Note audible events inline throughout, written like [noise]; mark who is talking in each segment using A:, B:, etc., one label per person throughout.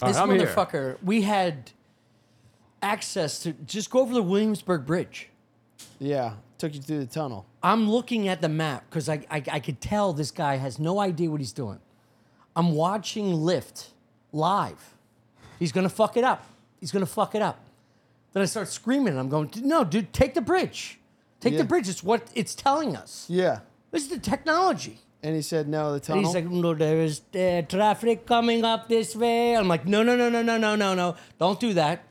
A: All right,
B: this
A: I'm here.
B: motherfucker, we had access to just go over the Williamsburg Bridge.
C: Yeah, took you through the tunnel.
B: I'm looking at the map because I, I, I could tell this guy has no idea what he's doing. I'm watching Lyft live. He's gonna fuck it up. He's gonna fuck it up. Then I start screaming. I'm going, no, dude, take the bridge. Take
C: Yeah.
B: the bridge. It's what it's telling us.
C: Yeah,
B: This is the technology.
C: and he said no, the
B: And
C: tunnel.
B: he's like, no, there is uh, traffic coming up this way. I'm like, no, no, no, no, no, no, no, no. Don't do that.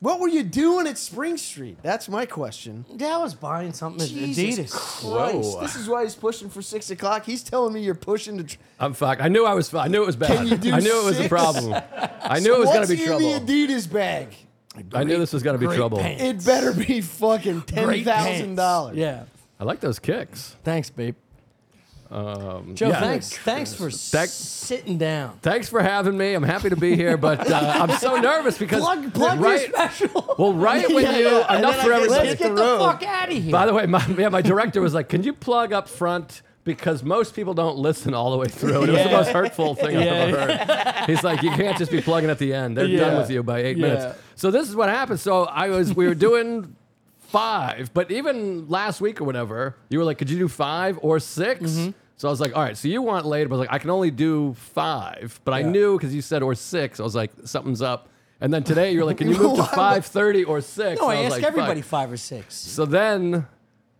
C: what were you doing at Spring Street? That's my question.
B: Yeah, I was buying something at
C: Jesus
B: Adidas.
C: Christ,
A: Whoa.
C: this is why he's pushing for six o'clock. He's telling me you're pushing to. Tr-
A: I'm fucked. I knew I was. fu- I knew it was bad.
C: Can you do
A: I knew it was a
C: six?
A: problem. I knew it was gonna
C: What's
A: be
C: in
A: trouble.
C: the Adidas bag?
A: I knew this was gonna be
B: great
A: trouble.
B: paint.
C: It better be fucking ten
B: Great
C: thousand dollars.
B: pants. Yeah.
A: I like those kicks.
B: Thanks, babe.
A: Um,
B: Joe,
A: yeah.
B: thanks. Thanks for
A: That-
B: sitting down.
A: Thanks for having me. I'm happy to be here, but uh, I'm so nervous because
B: Plug, plug your
A: right,
B: special.
A: [laughs] well, right when
C: [laughs] Yeah,
A: you
C: yeah, and
A: enough
C: then
A: for
C: I get-
A: everybody.
B: Let's
C: hit the
B: get the,
C: road.
B: fuck out of here.
A: By the way, my, yeah, my director was like, "Can you plug up front?" Because most people don't listen all the way through. And It was the
B: Yeah.
A: most hurtful thing I've ever heard. He's like, "You can't just be plugging at the end. They're done
C: Yeah.
A: with you by eight
C: Yeah.
A: minutes." So this is what happened. So I was, we were doing five, but even last week or whatever, you were like, "Could you do five or 6
B: Mm-hmm.
A: So I was like, "All right." So you want later, but I was like, "I can only do five. But I knew because you said or six. I was like, "Something's up." And then today you're like, "Can
B: [laughs]
A: you move to
C: Why would-
A: five thirty or 6?
B: no,
A: And
B: I
A: was
B: ask
A: like, "Fuck."
B: everybody five or six.
A: So then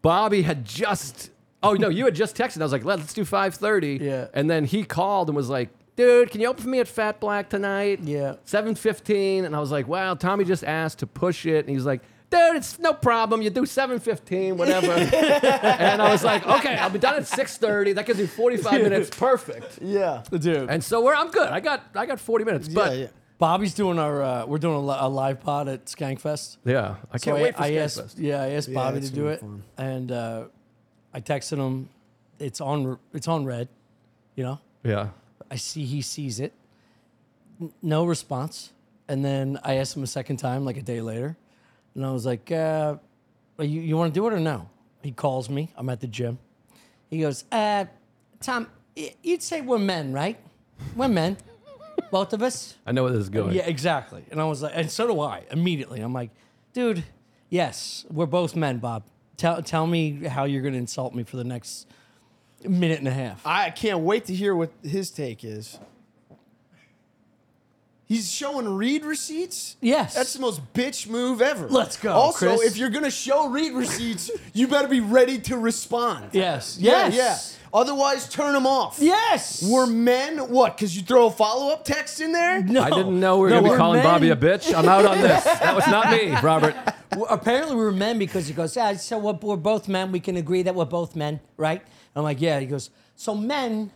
A: Bobby had just Oh no, you had just texted. I was like, Let, us do 5:30.
B: Yeah.
A: And then he called and was like, "Dude, can you open for me at Fat Black tonight?"
B: Yeah.
A: 7:15 and I was like, "Wow, Tommy just asked to push it." And he's like, Dude, it's no problem. You do 7:15,
B: [laughs]
A: whatever. and I was like, "Okay, I'll be done at 6:30. That gives you 45 minutes. Perfect."
C: Yeah, dude.
A: And so we're I'm good. I got I got 40 minutes.
C: Yeah,
A: But
C: yeah.
B: Bobby's doing our. Uh, we're doing a, li- a live pod at Skankfest.
A: yeah, I
B: So
A: can't
B: I,
A: wait for
B: I
A: Skankfest.
B: asked, yeah, I asked Bobby
C: it's
B: to do
C: gonna be
B: it,
C: fun.
B: and uh, I texted him. It's on. It's on red. You know,
A: Yeah.
B: I see he sees it. N- No response. And then I asked him a second time, like a day later, and I was like, uh, "Well, "You you want to do it or no?" He calls me. I'm at the gym. He goes, uh, "Tom, y- you'd say we're men, right? We're men, both of us."
A: I know where this is going.
B: Yeah, exactly. And I was like, and so do I. Immediately, I'm like, dude, yes, we're both men, Bob. Tell tell me how you're going to insult me for the next minute and a half.
C: I can't wait to hear what his take is. He's showing read receipts.
B: Yes.
C: that's the most bitch move ever.
B: Let's go,
C: Also,
B: Chris.
C: if you're gonna show read receipts, you better be ready to respond.
B: yes,
C: Yeah,
B: yes, yes,
C: yeah. Otherwise, turn them off.
B: yes.
C: We're men. What? Because you throw a follow up text in there?
B: no,
A: I didn't know we were
B: No,
A: gonna be
B: we're
A: calling
B: men.
A: Bobby a bitch. I'm out on this. That was not [laughs] me, Robert.
B: Well, apparently, we were men because he goes, yeah, so we're, we're both men. We can agree that we're both men, right? I'm like, yeah. He goes, so men,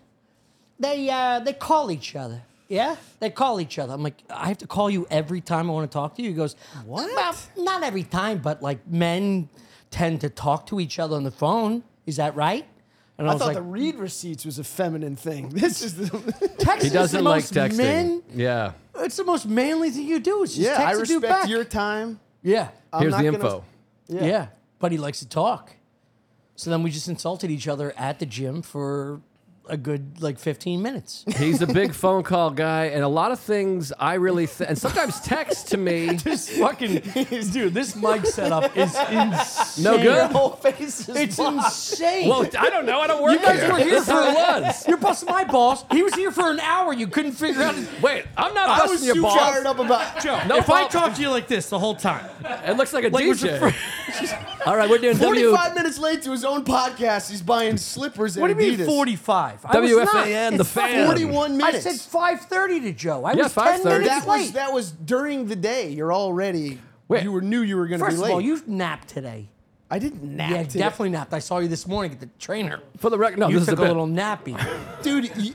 B: they uh, they call each other. Yeah, they call each other. I'm like, I have to call you every time I want to talk to you. He goes,
C: What?
B: Well, not every time, but like men tend to talk to each other on the phone. Is that right? And I,
C: I
B: was
C: thought
B: like,
C: the read receipts was a feminine thing. [laughs] This is the.
B: text
A: He
B: is the
A: doesn't like
B: most
A: texting.
B: men-
A: yeah.
B: it's the most manly thing you do. Is just
C: yeah,
B: text
C: I
B: a dude
C: respect
B: back.
C: your time. [laughs]
B: yeah.
C: I'm
A: Here's
C: not
A: the
C: gonna-
A: info.
B: Yeah. But he likes to talk. So then we just insulted each other at the gym for a good like 15 minutes.
A: He's a big phone call guy, and a lot of things I really th- and sometimes text to me.
B: [laughs] this fucking dude,
C: [laughs]
B: this [laughs] mic setup is insane.
A: No
C: Your
A: good.
C: whole face is [laughs]
B: It's
C: blocked.
A: [laughs]
B: insane.
A: Well, I don't know. I don't work
B: you guys
A: here.
B: were here
A: This is
B: for
A: how
B: [laughs]
A: it was.
B: You're busting my balls. He was here for an hour. You couldn't figure out. [laughs]
A: Wait, I'm not
C: I
A: busting
C: was
A: your
C: too
A: balls.
C: fired up about.
D: Joe,
A: No
D: if I
A: problem.
D: talk to you like this the whole time,
A: It looks like a
D: Like, was
A: DJ.
D: it
A: [laughs] All right, we're doing W.
C: 45 minutes late to his own podcast. He's buying slippers at
B: What do you
C: Adidas.
B: mean 45? I was not.
A: WFAN, the
B: It's
A: fan.
C: 41
B: I
C: minutes.
B: said 5:30 to Joe. I
A: Yeah,
B: was 10
A: 5:30.
B: minutes
C: that
B: late.
C: was that was during the day. You're already.
A: Wait.
C: You were knew you were going to be
B: First of
C: late.
B: all, you napped today.
C: I didn't nap.
B: Yeah,
C: today.
B: definitely napped. I saw you this morning at the trainer.
A: For the record, no,
B: you
A: Oh, this
B: took
A: is a
B: a,
A: bit.
B: little
C: [laughs]
B: nappy.
C: dude. You,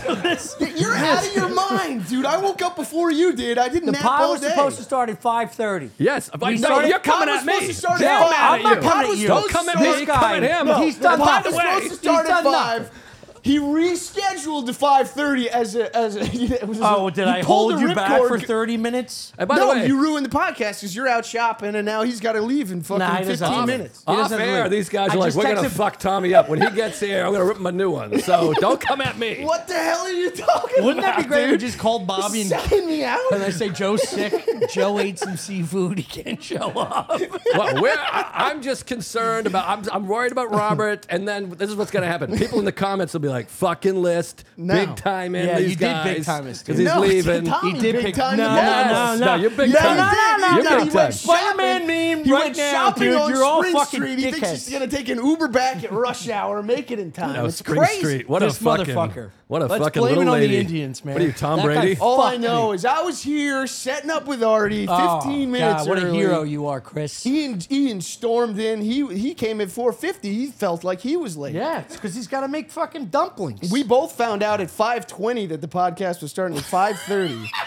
C: you're out of your mind, dude. I woke up before you did. I didn't
B: The
C: nap
B: pod
C: all
B: was
C: day.
B: supposed to start at 5:30.
A: Yes, I- no,
B: started-
A: you're coming
C: Pod was
A: at me.
C: supposed to start at
A: Damn,
C: five.
A: I'm at
C: I'm not
A: you.
C: coming at you.
A: Don't come at
B: This
A: me.
B: guy,
A: Come at him.
B: no. He's done
C: the pod
B: nothing.
C: was supposed to
B: He's
C: start at
B: done
C: five.
B: nothing.
C: He rescheduled to 5:30 as a as a, [laughs] it was
B: Oh,
C: a-
B: did
C: he
B: I
C: pulled
B: hold
C: the
B: you back
C: ripcord.
B: for
A: [laughs]
B: 30 minutes?
A: And by
C: no,
A: the way,
C: you ruined the podcast because you're out shopping, and now he's got to leave in fucking
B: Nah, he doesn't
C: 15
B: have to.
C: minutes.
B: He
A: off
B: doesn't have to
A: air,
B: leave.
A: these guys
B: I
A: are like,
B: just
A: we're gonna
B: texted-
A: fuck Tommy up. When he gets here, I'm gonna rip him a new one.
B: [laughs]
A: So don't come at me.
C: What the hell are you talking
B: Wouldn't
C: about?
B: that be great if you
C: dude?
B: just called Bobby
C: [laughs]
B: and,
C: Sign me out.
B: and I say, Joe's sick. Joe ate some seafood. He can't show up.
A: Well, we're- I, am just concerned about. I'm, I'm worried about Robert, and then this is what's gonna happen. People in the comments will be like, "Fucking list,
C: No.
A: big time in
B: Yeah,
A: these
B: you did
A: guys,"
B: big time us, dude.
A: he's
C: no,
A: leaving.
C: Tommy
B: He did
C: big
B: pick-
C: time
B: no,
C: the
B: no,
C: Dallas.
B: no,
A: Yes. you're big
C: Yeah,
A: time.
C: he did.
B: No, no,
A: you're
B: no,
A: big
C: He
A: time.
C: went shopping.
B: Spider-Man meme
C: He
B: right
C: went
B: now,
C: shopping
B: dude.
C: on
B: You're all
C: Spring
B: fucking
C: Street. He thinks he's
B: dickheads.
C: gonna take an Uber back at rush hour and make it in time.
A: No,
C: it's
A: Oh, Spring
C: crazy.
A: Street. What
B: This
A: a fucking
B: motherfucker.
A: What a
B: Let's
A: fucking
B: blame it
A: little
B: on the
A: lady.
B: Indians, man.
A: What are you, Tom
B: That guy
A: Brady?
B: fucked
C: All I
B: Fuck
C: know
B: me. Oh,
C: is I was here setting up with Artie 15 minutes
B: God, what
C: early.
B: a hero you are, Chris.
C: Ian, Ian stormed in. He he came at 4:50. He felt like he was late.
B: Yeah, it's because he's got to make fucking dumplings.
C: We both found out at 5:20 that the podcast was starting at 5:30.
B: [laughs]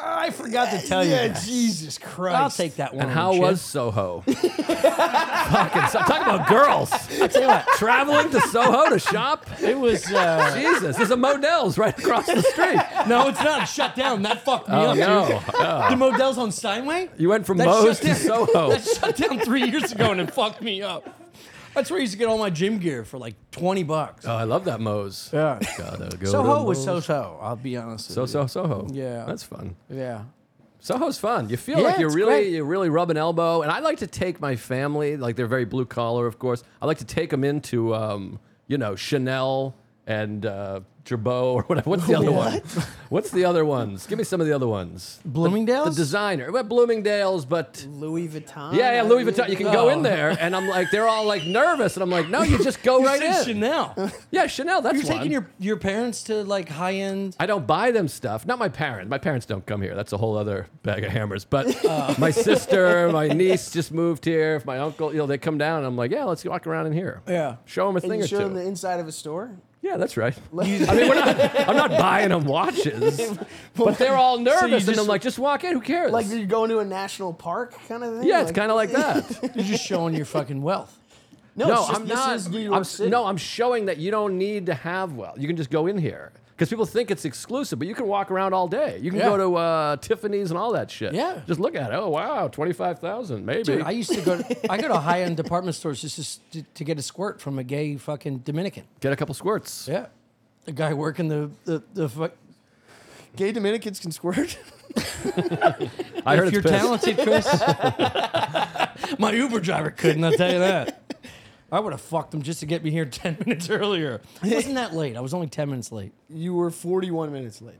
B: I forgot to tell
C: yeah,
B: you. that.
C: Jesus Christ.
B: I'll take that one.
A: And
B: on
A: how
B: the chin.
A: was Soho? [laughs] Fucking so, talk about girls. I tell you what, traveling to Soho to shop.
B: it? Was uh,
A: Jesus, there's a Modell's right across the
B: [laughs]
A: street.
B: [laughs] no, it's not. It's shut down. That fucked me
A: Oh
B: up. dude.
A: no,
B: The Modell's on Steinway.
A: you went from
B: That
A: Moe's
B: shut
A: to
B: down-
A: Soho.
B: [laughs] That shut down three years ago and it fucked me up. That's where I used to get all my gym gear for like twenty bucks.
A: Oh, I love that Moe's.
B: Yeah.
A: Gotta go
B: Soho
A: to
B: was
A: Moe's.
B: so-so. I'll be honest. With
A: so
B: you.
A: so Soho.
B: Yeah.
A: that's fun.
B: Yeah.
A: Soho's fun. You feel
B: Yeah,
A: like you're
B: it's
A: really
B: great.
A: you're really rubbing elbow. And I like to take my family, like they're very blue collar, of course. I like to take them into, um, you know, Chanel and uh, Gerbeau or whatever.
B: [laughs]
A: What's the other one? What's the other ones? Give me some of the other ones. The
B: Bloomingdale's.
A: designer, well, Bloomingdale's, but
C: Louis Vuitton.
A: yeah, yeah, Louis Vuitton. You can go in
B: Oh.
A: there, and I'm like, they're all like nervous, and I'm like, no, you just go
B: [laughs] You
A: right
B: said
A: in.
B: Chanel.
A: Yeah, Chanel. That's
B: You're
A: one.
B: taking your your parents to like high end.
A: I don't buy them stuff. Not my parents. My parents don't come here. That's a whole other bag of hammers. But my sister, my niece just moved here. My uncle, you know, they come down and I'm like, yeah, let's walk around in here.
B: Yeah.
A: Show them a
C: And
A: thing
C: you
A: or
C: show
A: two.
C: him the inside of a store.
A: yeah, that's
C: [laughs]
A: right. I mean, we're not, [laughs] I'm not buying them watches, but they're all nervous. and
B: just-
A: I'm like, just walk in. Who cares?
C: Like you're going to a national park kind of thing.
A: yeah, it's kind of like
C: [laughs]
A: that.
B: You're just showing your fucking wealth.
C: No,
A: No,
C: it's just-
A: I'm
C: this
A: not.
C: is New York
A: I'm, s-
C: City.
A: no, I'm showing that you don't need to have well. You can just go in here because people think it's exclusive, but you can walk around all day. You can
B: Yeah.
A: go to uh, Tiffany's and all that shit.
B: Yeah.
A: just look at it. Oh wow, twenty five thousand maybe.
B: Dude, I used to go. To, I go to high end department stores just to, s- to, to get a squirt from a gay fucking Dominican.
A: Get a couple squirts.
B: Yeah, the guy working the the the. Fuck,
C: Gay [laughs] Dominicans can squirt.
A: I heard it's
B: if you're
A: pissed. [laughs]
B: talented, Chris. My Uber driver couldn't. I'll tell you that. I would have fucked him just to get me here [laughs] ten minutes earlier. I wasn't that late. I was only ten minutes late.
C: You were 41 minutes late.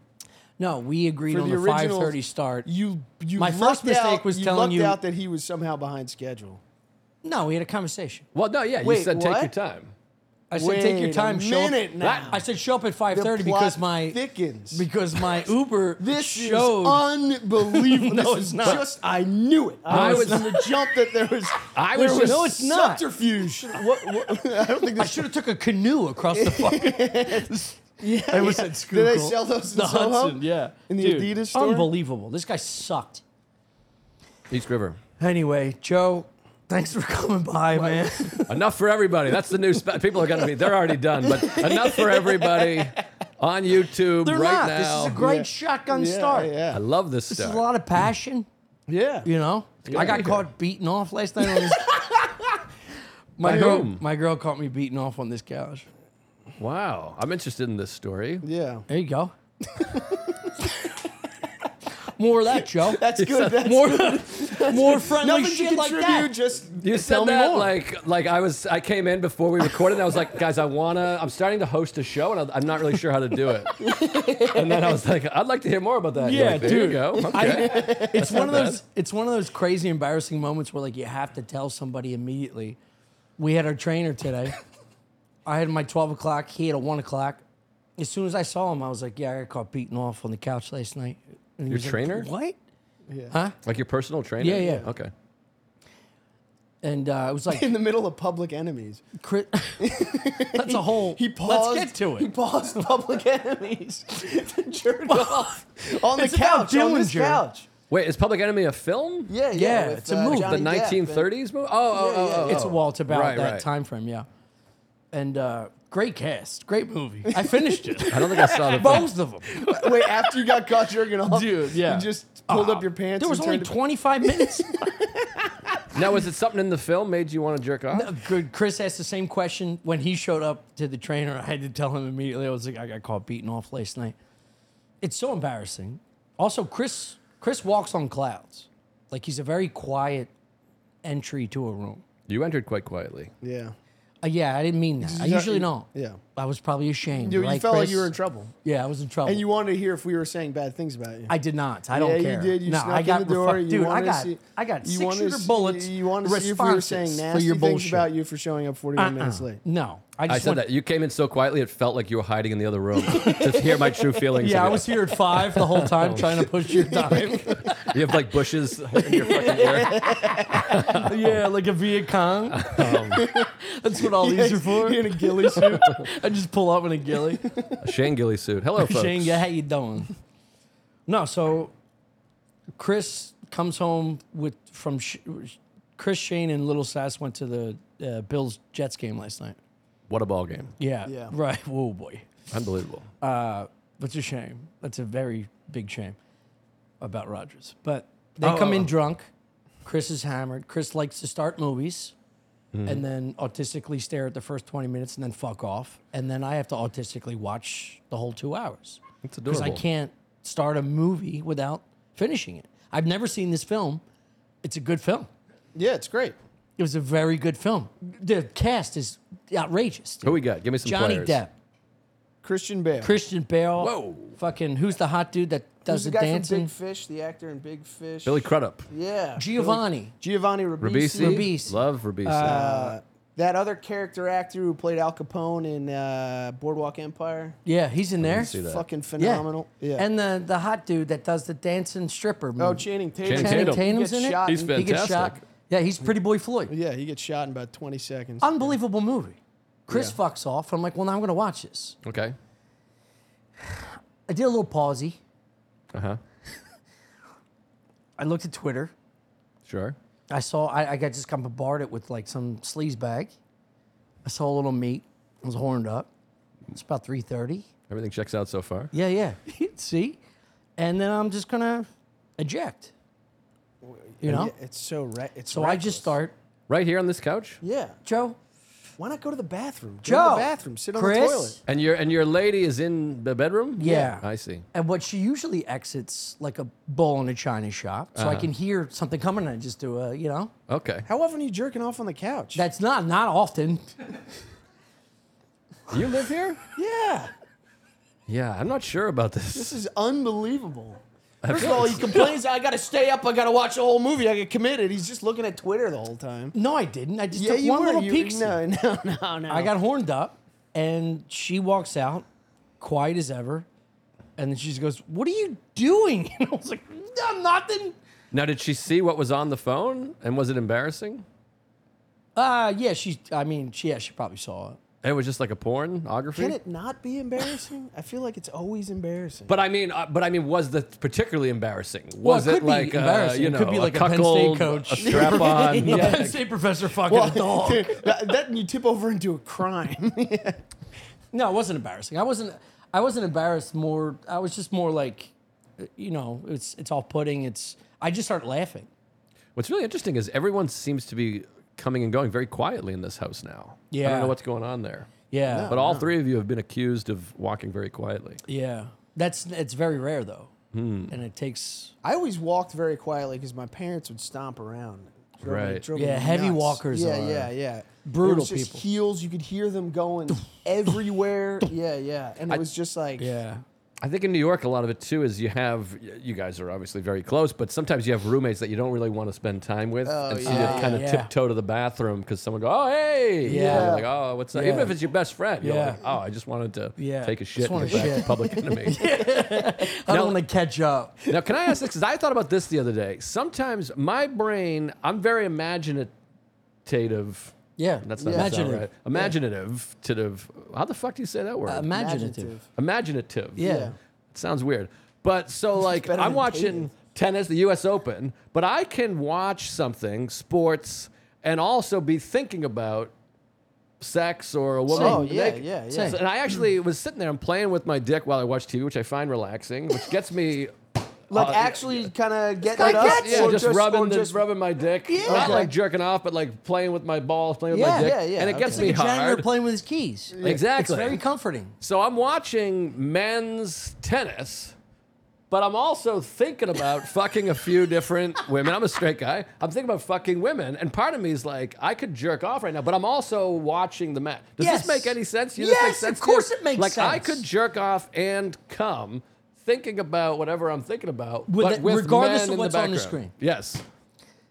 B: No, we agreed
C: For
B: on
C: the
B: the five
C: original-
B: thirty start.
C: You, you.
B: My first
C: lucked
B: mistake
C: out-
B: was
C: you
B: telling
C: lucked
B: you-
C: out that he was somehow behind schedule.
B: No, we had a conversation.
A: well, no, yeah,
C: Wait,
A: you said
C: what?
A: take your time.
B: I said, take
C: Wait
B: your
C: a
B: time. Show
C: minute
B: up.
C: now.
B: I said, show up at five
C: The
B: thirty
C: plot
B: because my
C: thickens.
B: because my Uber
C: [laughs] This
B: showed.
C: is
B: [laughs]
C: unbelievable.
B: No,
C: this
B: it's
C: is
B: not.
C: just I knew it. I,
A: No,
C: was
A: it's
C: from the jump that there
B: [laughs]
C: was
A: I
C: there
A: was
C: was
A: just-
B: No, it's not. [laughs]
C: subterfuge. What, what- I don't [laughs] think
B: I
C: this
B: should have took a canoe across the fucking.
C: [laughs] yeah,
B: I was
C: yeah.
B: at
C: Do they
B: Schuylkill.
C: sell those in
B: The
C: Soho?
B: Hudson, yeah.
C: In the
B: Dude,
C: Adidas store?
B: Unbelievable. This guy sucked.
A: East River.
B: Anyway, Joe, thanks for coming by,
C: [laughs]
B: man.
A: enough for everybody. That's the new. Spe- people are gonna be. They're already done, but enough for everybody on YouTube
B: They're
A: right
B: not.
A: now.
B: This is a great
C: Yeah.
B: shotgun
C: Yeah,
B: start.
A: I
C: Yeah.
A: love this
B: This is
A: stuff.
B: a lot of passion,
C: Yeah.
B: you know.
A: good
B: I
A: to
B: got
A: be
B: caught
A: here.
B: beating off last night.
C: [laughs]
B: On this- my
A: By
B: girl,
A: whom?
B: my girl caught me beating off on this couch.
A: wow, I'm interested in this story.
C: Yeah.
B: There you
C: [laughs]
B: go. More of that, Joe.
C: That's good. That's
B: more, [laughs] more friendly
C: nothing to
B: shit
C: contribute.
B: like that.
C: Just [laughs]
A: You
C: tell
A: said
C: me
A: that
C: more.
A: like like I was I came in before we recorded and I was like guys I wanna I'm starting to host a show and I- I'm not really sure how to do it
B: [laughs]
A: and then I was like I'd like to hear more about that You're
B: Yeah,
A: like, there you
B: dude.
A: go
B: I,
A: okay.
B: [laughs] it's one of those. It's one of those crazy, embarrassing moments where like you have to tell somebody immediately. We had our trainer today. I had my twelve o'clock. He had a one o'clock. As soon as I saw him, I was like, "Yeah, I got caught beating off on the couch last night." And he
A: Your
B: was like,
A: trainer?
B: what?
A: like your personal trainer
B: Yeah, yeah.
A: okay
B: And uh, I was like,
C: [laughs] in the middle of public enemies.
B: Chris, [laughs] "That's a whole."
C: He paused.
B: Let's get to
C: He [laughs]
B: it.
C: paused public enemies [laughs] to jerk off [laughs] on the
B: It's about
C: couch. On this
B: Dillinger.
C: couch.
A: wait is Public Enemy a film
C: Yeah, yeah.
B: Yeah,
C: with,
B: it's a
C: uh,
B: movie. The
A: the
C: Johnny Depp and-
A: 1930s movie oh oh,
C: Yeah, yeah,
A: oh, oh,
C: yeah.
B: It's
A: oh.
B: well, it's about
A: Right,
B: that
A: right.
B: time frame, yeah. And uh, Great cast, great movie. I finished
A: [laughs]
B: it.
A: I don't
B: [laughs]
A: think I saw the film.
B: Both of them.
C: [laughs] Wait, after you got caught jerking off,
B: Dude, yeah.
C: Oh.
B: Ah.
C: you just pulled up your pants.
B: There was
C: and
B: only
C: turned to- [laughs]
B: 25 minutes.
A: Now, was it something in the film made you want to jerk off?
B: Good. Chris asked the same question when he showed up to the trainer. I had to tell him immediately. I was like, I got caught beating off last night. It's so embarrassing. Also, Chris Chris walks on clouds. Like he's a very quiet entry to a room.
A: You entered quite quietly.
C: Yeah,
B: Uh, yeah, I didn't mean that. I
C: not-
B: usually
C: you-
B: don't.
C: yeah.
B: I was probably ashamed.
C: dude, you
B: right,
C: felt like
B: Chris?
C: you were in trouble,
B: Yeah, I was in trouble.
C: and you wanted to hear if we were saying bad things about you.
B: I did not. I
C: yeah,
B: don't
C: you
B: care.
C: did. You
B: no,
C: snuck
B: I got
C: in the door.
B: refu-
C: you
B: dude, I
C: wanted to
B: got
C: see,
B: I got
C: you
B: six
C: wanted to
B: shooter
C: see-
B: bullets.
C: You wanted to see if we were
B: responses
C: saying
B: for
C: nasty
B: your
C: things
B: bullshit. Uh-uh.
C: about you for showing up 41 minutes late.
B: No, I just
A: I said
B: want-
A: that. You came in so quietly, it felt like you were hiding in the other
B: [laughs]
A: room. to hear my true feelings.
B: Yeah,
A: of
B: I
A: you.
B: was here at five the whole time trying to
C: [laughs]
B: push your time.
A: You have like bushes in your fucking ear.
B: yeah, like a Viet Cong. [laughs] That's what all these are for.
C: in a ghillie suit.
B: [laughs] I just pull up in a ghillie.
A: A [laughs] Shane Gilly suit. Hello, folks.
B: Shane, yeah, how you doing? No, so Chris comes home with from Sh- Chris Shane and Little Sass went to the uh, Bills Jets game last night.
A: What a ball game!
B: Yeah,
C: Yeah.
B: right. [laughs] Whoa, boy.
A: Unbelievable.
B: That's a shame. That's a very big shame about Rogers. But they
A: Oh,
B: come
A: oh,
B: in
A: oh.
B: drunk. Chris is hammered. Chris likes to start movies
A: Mm-hmm.
B: and then autistically stare at the first 20 minutes and then fuck off. And then I have to autistically watch the whole two hours
A: It's
B: because
A: adorable.
B: I can't start a movie without finishing it. I've never seen this film. It's a good film.
C: yeah, it's great.
B: It was a very good film. The cast is outrageous. dude.
A: Who we got? Give me some
B: Johnny
A: players.
B: Depp,
C: Christian Bale.
B: Christian Bale.
A: Whoa.
B: Fucking, who's the hot dude that does
C: Who's the
B: the
C: guy
B: dancing?
C: from Big Fish, the actor in Big Fish.
A: Billy Crudup.
C: Yeah.
B: Giovanni.
C: Billy- Giovanni Ribisi.
A: Ribisi.
B: Ribisi.
A: Love Ribisi.
C: Uh, that other character actor who played Al Capone in uh, Boardwalk Empire.
B: Yeah, he's in there.
A: see that.
C: Fucking
B: Yeah.
C: phenomenal. Yeah.
B: And the, the hot dude that does the dancing stripper.
C: oh,
B: movie.
C: Channing Tatum.
A: Channing Tatum.
B: Tatum's
C: He gets
B: in
C: shot
B: it.
A: He's
C: in-
B: He gets shot.
A: Fantastic.
B: Yeah, he's Pretty Boy Floyd.
C: Yeah, he gets shot in about 20 seconds.
B: Unbelievable movie. Chris fucks off. I'm like, well, now I'm going to watch this.
A: okay.
B: I did a little pausey.
A: Uh huh.
B: I looked at Twitter.
A: Sure.
B: I saw, I, I got just got bombarded with like some sleaze bag. I saw a little meat. I was horned up. It's about 3.30.
A: Everything checks out so far.
B: Yeah, yeah. [laughs] See? And then I'm just going to eject. You know?
C: Yeah, it's so right. It's
B: So I
C: reckless.
B: just start,
A: Right here on this couch.
C: Yeah.
B: Joe,
C: Why not go to the bathroom? Go
B: Joe,
C: to the bathroom. Sit on
B: Chris?
C: the toilet.
A: And your and your lady is in the bedroom.
B: Yeah.
A: I see.
B: And what she usually exits like a bowl in a china shop, so I
C: Uh-huh.
B: can hear something coming and I just do a, you know.
A: Okay.
C: How often are you jerking off on the couch?
B: That's not not often.
A: You live here?
C: yeah.
A: Yeah. I'm not sure about this.
C: This is unbelievable. First of all, he complains, I gotta stay up, I gotta watch a whole movie, I get committed. He's just looking at Twitter the whole time.
B: No, I didn't. I just took one little
C: you-
B: peek.
C: [laughs] No, no, no, no.
B: I got horned up, and she walks out, quiet as ever, and then she just goes, "What are you doing?" [laughs] And I was like, "No, nothing."
A: Now, did she see what was on the phone? And was it embarrassing?
B: Uh yeah, she. I mean, she, yeah, she probably saw it.
A: It was just like a pornography.
C: Can it not be embarrassing? I feel like it's always embarrassing.
A: But I mean, uh, but I mean, was that particularly embarrassing? Was
B: it
A: it,
B: could be
A: like uh,
B: embarrassing.
A: you
B: It
A: know,
B: could be like a Penn
A: cuckold,
B: State coach.
A: a
B: [laughs]
A: strap on?
B: The Penn State professor fucking a [laughs]
C: [laughs]
B: dog.
C: Dude, that, that- you tip over into a crime. [laughs]
B: No, it wasn't embarrassing. I wasn't. I wasn't embarrassed. More, I was just more like, you know, it's it's off putting. It's I just start laughing.
A: What's really interesting is everyone seems to be coming and going very quietly in this house now. I
B: Yeah.
A: don't know what's going on there.
B: Yeah,
A: But all three of you have been accused of walking very quietly.
B: yeah. That's it's very rare though, and it takes
C: I always walked very quietly because my parents would stomp around. Drove me-
A: Right.
C: drove me
B: Yeah, heavy
C: nuts.
B: walkers
C: Yeah,
B: are
C: yeah, yeah.
B: brutal
C: It was just
B: people.
C: heels. You could hear
B: [laughs]
C: them going everywhere. Yeah, yeah. And it was just like,
B: yeah.
A: I think in New York, a lot of it too is you have, you guys are obviously very close, but sometimes you have roommates that you don't really want to spend time with. and so
C: yeah.
A: you kind of
B: Yeah.
A: tiptoe to the bathroom because someone go, oh, hey. And you're
B: Yeah.
A: like, oh, what's that? Even
B: Yeah.
A: if it's your best friend, you're
B: Yeah.
A: like, oh, I just wanted to
B: Yeah.
A: take a
B: Just
A: shit and
B: wanted
A: get back
B: shit.
A: to public enemy.
B: [laughs] I
A: Now-
B: don't want to catch up.
A: Now, can I ask this? Because I thought about this the other day. Sometimes my brain, I'm very imaginative.
B: Yeah, Uh,
A: That's not
C: Yeah.
A: imaginative. Right. Imaginative. Tative. How the fuck do you say that word?
B: Imaginative.
C: Imaginative.
A: imaginative.
B: Yeah.
C: Yeah.
A: It sounds weird. But so, like,
C: better
A: I'm
C: than
A: watching tennis, the U.S. Open, but I can watch something, sports, and also be thinking about sex or a woman.
C: Oh yeah,
A: naked.
C: yeah, yeah.
B: Same.
A: And I actually was sitting there and playing with my dick while I watched TV, which I find relaxing, which gets
C: [laughs]
A: me
C: Like
A: Uh,
C: actually, kind of getting
B: Like
C: it up,
B: that?
A: yeah,
C: or
A: just,
C: or
A: rubbing the,
C: just-
A: rubbing my dick.
C: Yeah.
A: Not
C: Okay.
A: like jerking off, but like playing with my balls, playing with my
C: Yeah,
A: dick.
C: yeah, yeah,
A: And it gets
C: okay.
A: me
B: a janitor
A: hard.
B: playing with his keys.
A: Exactly.
B: It's very comforting.
A: so I'm watching men's tennis, but I'm also thinking about
B: [laughs]
A: fucking a few different women. I'm a straight guy. I'm thinking about fucking women. And part of me is like, I could jerk off right now, but I'm also watching the match. Does
B: Yes.
A: this make any sense? You
B: Yes,
A: this makes
B: of
A: sense to
B: course
A: you?
B: it makes
A: like, I
B: sense.
A: could jerk off and come thinking about whatever I'm thinking about,
B: With
A: but
B: the-
A: with
B: regardless
A: men
B: of
A: in
B: what's
A: the
B: on the
A: background.
B: screen.
A: Yes.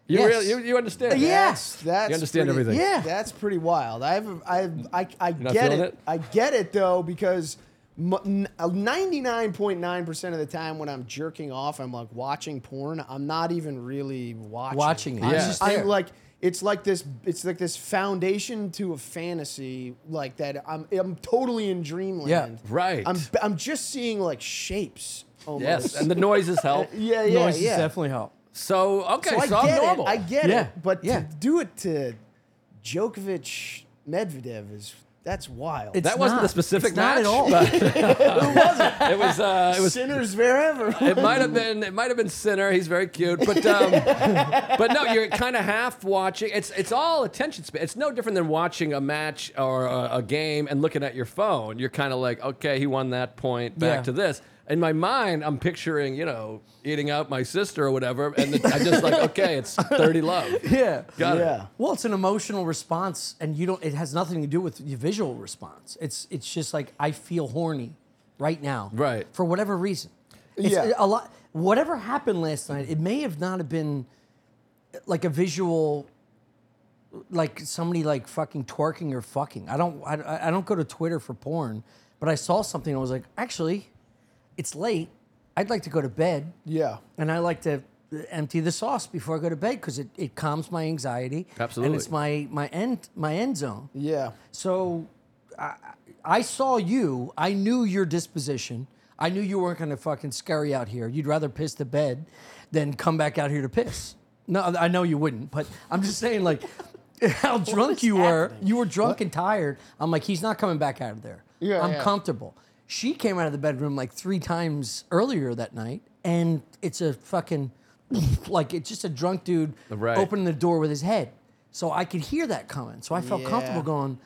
A: You,
B: Yes.
A: really, you, you understand?
B: Yeah.
C: That's, that's
A: You understand
C: pretty-
A: everything.
B: Yeah.
C: that's pretty wild. I have, I, have, I, I
A: not
C: get it.
A: feeling it?
C: I get it though because ninety nine point nine percent of the time when I'm jerking off, I'm like watching porn. I'm not even really watching.
B: Watching it.
C: I'm
A: Yeah.
C: just
B: There.
C: I'm like. It's like this. It's like this foundation to a fantasy, like that. I'm, I'm totally in dreamland.
A: Right.
C: I'm, I'm just seeing like shapes. Almost.
A: Yes, and the noises
B: [laughs]
A: help.
C: yeah, yeah,
B: Noises
C: yeah.
B: definitely help.
A: So okay,
C: So
A: so,
C: I
A: I'm
C: get it.
A: normal.
C: I get
B: Yeah,
C: it. But
B: yeah.
C: to do it to Djokovic Medvedev is that's wild.
B: It's-
A: that wasn't the
B: not.
A: specific
B: It's not
A: match [laughs]
B: at all.
A: but- it was. Uh, it was.
C: sinners wherever.
A: [laughs] It might have been. It might have been Sinner. He's very cute, but um, but no, you're kind of half watching. It's it's all attention span. It's no different than watching a match or a, a game and looking at your phone. You're kind of like, okay, he won that point. Back
B: Yeah.
A: to this. In my mind, I'm picturing, you know, eating out my sister or whatever, and then I'm just like, okay, it's thirty love.
B: Yeah.
A: Got it.
C: yeah.
B: Well, it's an emotional response, and you don't. It has nothing to do with your visual response. It's it's just like I feel horny right now,
A: Right.
B: For whatever reason. It's
C: Yeah.
B: A lot. Whatever happened last night, it may have not have been like a visual, like somebody like fucking twerking or fucking. I don't. I, I don't go to Twitter for porn, but I saw something. I was like, actually, it's late. I'd like to go to bed
C: [laughs] Yeah.
B: and I like to empty the sauce before I go to bed because it, it calms my anxiety.
A: Absolutely.
B: and it's my my end my end zone.
C: Yeah.
B: So I, I saw you. I knew your disposition. I knew you weren't going to fucking scurry out here. You'd rather piss the bed than come back out here to piss. No, I know you wouldn't, but I'm just saying, like, [laughs] how drunk
C: is
B: you were.
C: happening?
B: You were drunk and tired. I'm like, he's not coming back out of there.
C: Yeah,
B: I'm
C: yeah.
B: comfortable. She came out of the bedroom like three times earlier that night, and it's a fucking, [laughs] like, it's just a drunk dude
A: Right.
B: opening the door with his head. So I could hear that coming. So I felt
C: Yeah.
B: comfortable going,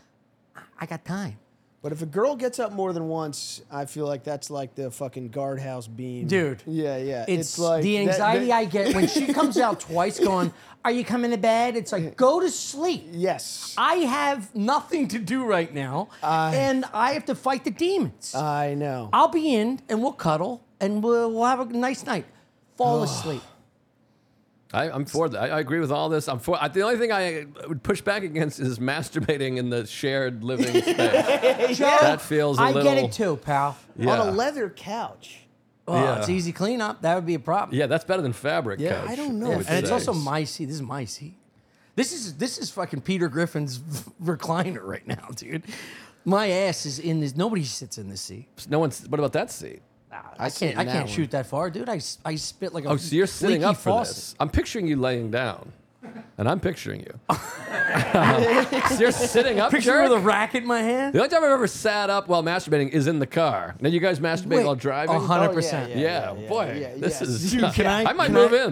B: I got time.
C: But if a girl gets up more than once, I feel like that's like the fucking guardhouse beam.
B: Dude.
C: Yeah, yeah.
B: It's, the
C: that- that-
B: anxiety I get when she comes out twice going, Are you coming to bed? It's like, Go to sleep.
C: Yes.
B: I have nothing to do right now. and I have to fight the demons.
C: I know.
B: I'll be in and we'll cuddle and we'll, we'll have a nice night. Fall asleep.
A: I, I'm for that. I, I agree with all this. I'm for. I, the only thing I would push back against is masturbating in the shared
B: [laughs]
A: living space.
B: Joe,
A: That feels a
B: I get
A: little-
B: it too, pal.
C: On
A: Yeah.
C: a leather couch.
B: Oh,
A: Yeah.
B: It's easy cleanup. That would be a problem.
A: yeah, that's better than fabric.
C: Yeah,
A: couch,
C: I don't know.
A: would
B: And it's
A: say.
B: also my seat. This is my seat. This is this is fucking Peter Griffin's [laughs] recliner right now, dude. My ass is in this. Nobody sits in this seat.
A: No one's. What about that seat?
B: I can't.
C: sit in
B: I
C: that
B: can't
C: one.
B: shoot that far, dude. I, s- I spit like a
A: Oh, so you're sitting
B: leaky
A: up for
B: faucet.
A: this. I'm picturing you laying down, and I'm picturing
B: [laughs]
A: you. So you're sitting up.
B: Picture
A: jerk?
B: with a rack in my
A: [laughs]
B: hand.
A: the only time I've ever sat up while masturbating is in the car. Now you guys masturbate while driving.
B: a hundred
C: Oh, yeah,
B: percent.
A: Yeah, boy, this
C: yes.
A: is. [laughs]
B: Dude, can I-
A: I might
B: can
A: move
B: I-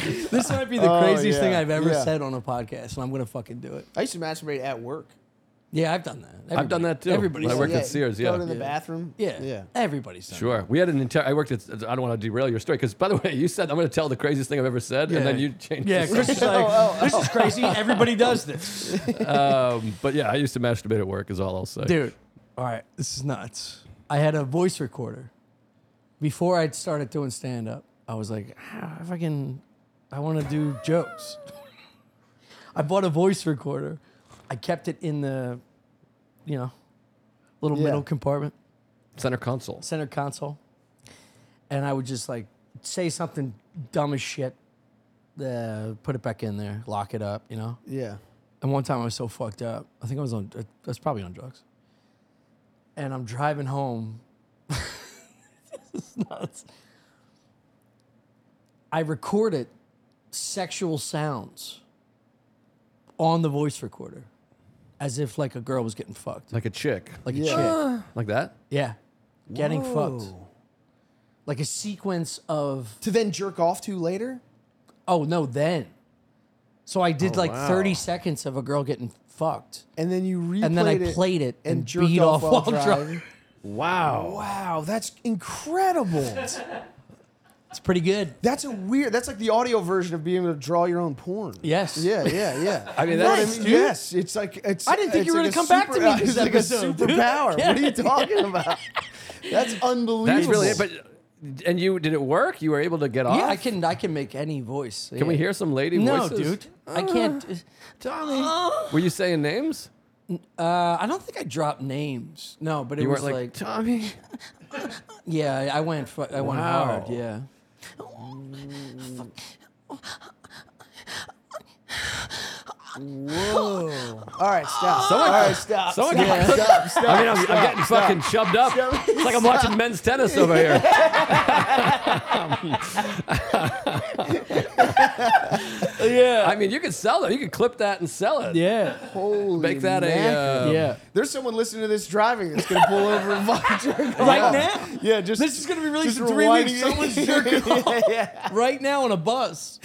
A: in.
B: This might be the
C: Oh,
B: craziest thing
C: yeah,
B: I've ever
C: yeah.
B: said on a podcast, and I'm gonna fucking do it.
C: I used to masturbate at work.
B: Yeah, I've done that.
A: I've done
B: Everybody-
A: that too.
B: Everybody's
A: I
B: done
A: worked
B: that.
A: at Sears.
C: Go
A: Yeah.
C: to the bathroom.
B: Yeah,
C: Yeah.
B: Everybody's done.
A: Sure. We had an entire. I worked at. I don't want to derail your story because, by the way, you said I'm going to tell the craziest thing I've ever said,
B: that.
A: and then you changed.
B: Yeah,
A: the Oh,
B: Chris is
A: [laughs]
B: like, this is crazy. Everybody does this,
A: subject. Um, But yeah, I used to masturbate at work. Is all I'll say.
B: dude. All right, this is nuts. I had a voice recorder before I started doing stand up. I was like, ah, if I can, I want to do jokes. I bought a voice recorder. I kept it in the, you know, little
C: Yeah.
B: middle compartment.
A: Center console.
B: center console, and I would just like say something dumb as shit, uh, put it back in there, lock it up, you know.
C: Yeah.
B: And one time I was so fucked up, I think I was on, uh, I was probably on drugs. And I'm driving home. [laughs] this is nuts. I recorded sexual sounds on the voice recorder. as if like a girl was getting fucked,
A: Like a chick. Like,
B: like
C: Yeah.
B: a chick.
A: like that?
B: Yeah, getting fucked.
C: Whoa.
B: Like a sequence of
C: To then jerk off to later?
B: oh no, then. So I did
A: Oh,
B: like
A: wow.
B: thirty seconds of a girl getting fucked,
C: And then you replayed
B: and then I
C: it
B: played it and,
C: and jerked
B: beat off
C: off
B: while
C: while
B: driving.
C: driving.
A: Wow.
C: Wow, that's incredible.
B: It's pretty good.
C: That's a weird. That's like the audio version of being able to draw your own porn.
B: Yes.
C: Yeah, yeah, yeah.
A: [laughs] I mean,
C: You know what
A: that's-
B: dude.
C: yes. It's like it's.
B: I didn't think
C: it's
B: you were
C: like
B: gonna
C: a
B: come back to me
C: uh,
B: this
C: [laughs] It's like
B: episode,
C: a
B: dude.
C: superpower.
B: Yeah.
C: What are you talking about?
B: [laughs]
C: That's unbelievable.
A: That's really it. But and you did it work? You were able to get off?
B: Yeah, I can I can make any voice.
A: Can we hear some lady
B: No,
A: voices?
B: dude, I can't. Tommy, uh,
A: Were you saying names?
B: I don't think I dropped names. No, but it
A: You
B: was
A: weren't like,
B: like,
A: Tommy.
B: yeah, I- I went, fu- I went
A: Wow.
B: hard. Yeah,
C: Whoa. All
B: [gasps]
C: right, stop.
A: Someone-
C: All right, stop.
A: someone
C: stop,
A: get-
C: stop,
A: [laughs]
C: stop.
A: I mean, I'm, I'm getting fucking chubbed up. It's like I'm watching men's tennis over
B: [laughs]
A: here. yeah. I mean, you could sell it. You could clip that and sell it.
B: yeah,
C: Holy
A: Make that
C: mackerel.
A: a. Uh,
B: yeah.
C: There's someone listening to this driving that's gonna pull over and [laughs] fucking jerk
B: Right
C: off.
B: now?
C: [laughs] Yeah, just
B: This is gonna be released
C: just
B: in three weeks.
C: rewinding it.
B: Someone's jerking off
C: [laughs] yeah, yeah.
B: right now on a bus.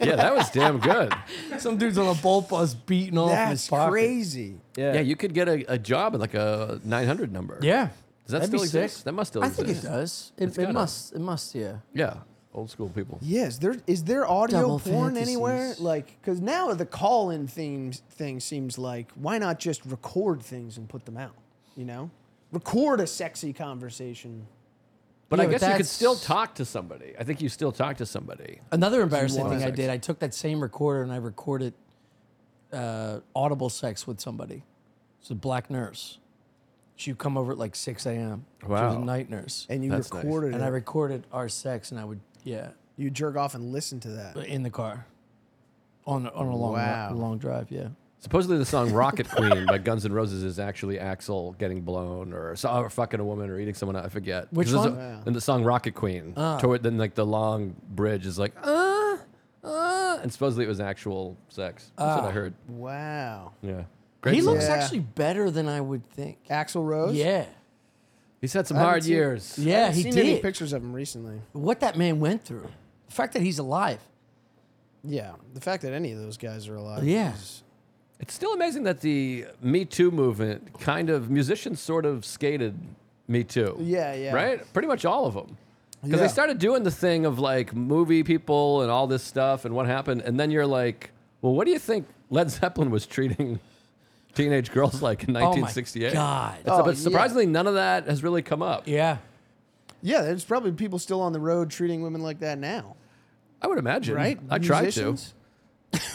A: Yeah, that was damn good.
B: [laughs] Some dude's on a bolt bus beating off in his
C: That's
B: pocket.
C: crazy.
A: Yeah, you could get a, a job at like a 900 number.
B: Yeah,
A: Does that
B: That'd be
A: still exist?
B: sick.
A: That must still
B: I
A: exist.
B: think it does. It, it
A: gotta.
B: must. It must. Yeah.
A: Yeah. Old school people.
C: Yes, there is there audio
B: Double
C: porn anywhere?
B: fantasies.
C: Like, because now the call-in themes thing seems like why not just record things and put them out? You know, record a sexy conversation.
A: But
B: Yeah,
A: I
B: but
A: guess you could
B: that's-
A: still talk to somebody. I think you still talk to somebody.
B: Another embarrassing
A: Wow.
B: thing I
A: Sex.
B: did, I took that same recorder and I recorded uh, audible sex with somebody. It's a black nurse. She would come over at like 6 a.m. She was
A: Wow.
B: a night nurse.
C: And you
A: That's nice.
C: recorded
B: And
C: it.
B: I recorded our sex and I would, yeah,
C: you jerk off and listen to that.
B: in the car on, on a long,
C: Wow.
B: long drive. Yeah.
A: Supposedly, the song
B: [laughs]
A: "Rocket Queen" by Guns N' Roses is actually Axel getting blown or, so- or fucking a woman or eating someone. I forget.
B: Which
A: 'Cause there's
B: one? Ah.
A: a- in the song "Rocket Queen," toward then like the long bridge is like ah ah, and supposedly it was actual sex. That's what I heard.
C: Wow,
A: Yeah, great.
B: Ah. he
A: song.
B: looks
C: Yeah.
B: actually better than I would think.
C: Axl Rose.
B: Yeah.
A: He's had some
C: haven't
A: hard
C: seen-
A: years.
C: I
B: Yeah,
C: haven't
B: he
C: seen Any
B: did.
C: pictures of him recently.
B: what that man went through, the fact that he's alive.
C: Yeah, the fact that any of those guys are alive.
B: Yeah.
C: is-
A: It's still amazing that the Me Too movement kind of musicians sort of skated Me Too.
C: Yeah, yeah.
A: Right? Pretty much all of them. Because
C: Yeah.
A: they started doing the thing of like movie people and all this stuff and what happened. And then you're like, well, what do you think Led Zeppelin was treating [laughs] teenage girls like in
B: Oh my
A: 1968?
B: God.
A: It's-
C: Oh,
A: but
C: yeah.
A: surprisingly, none of that has really come up.
B: Yeah.
C: yeah. There's probably people still on the road treating women like that now,
A: I would imagine.
C: right?
A: I tried to.
C: Musicians?
A: Sorry,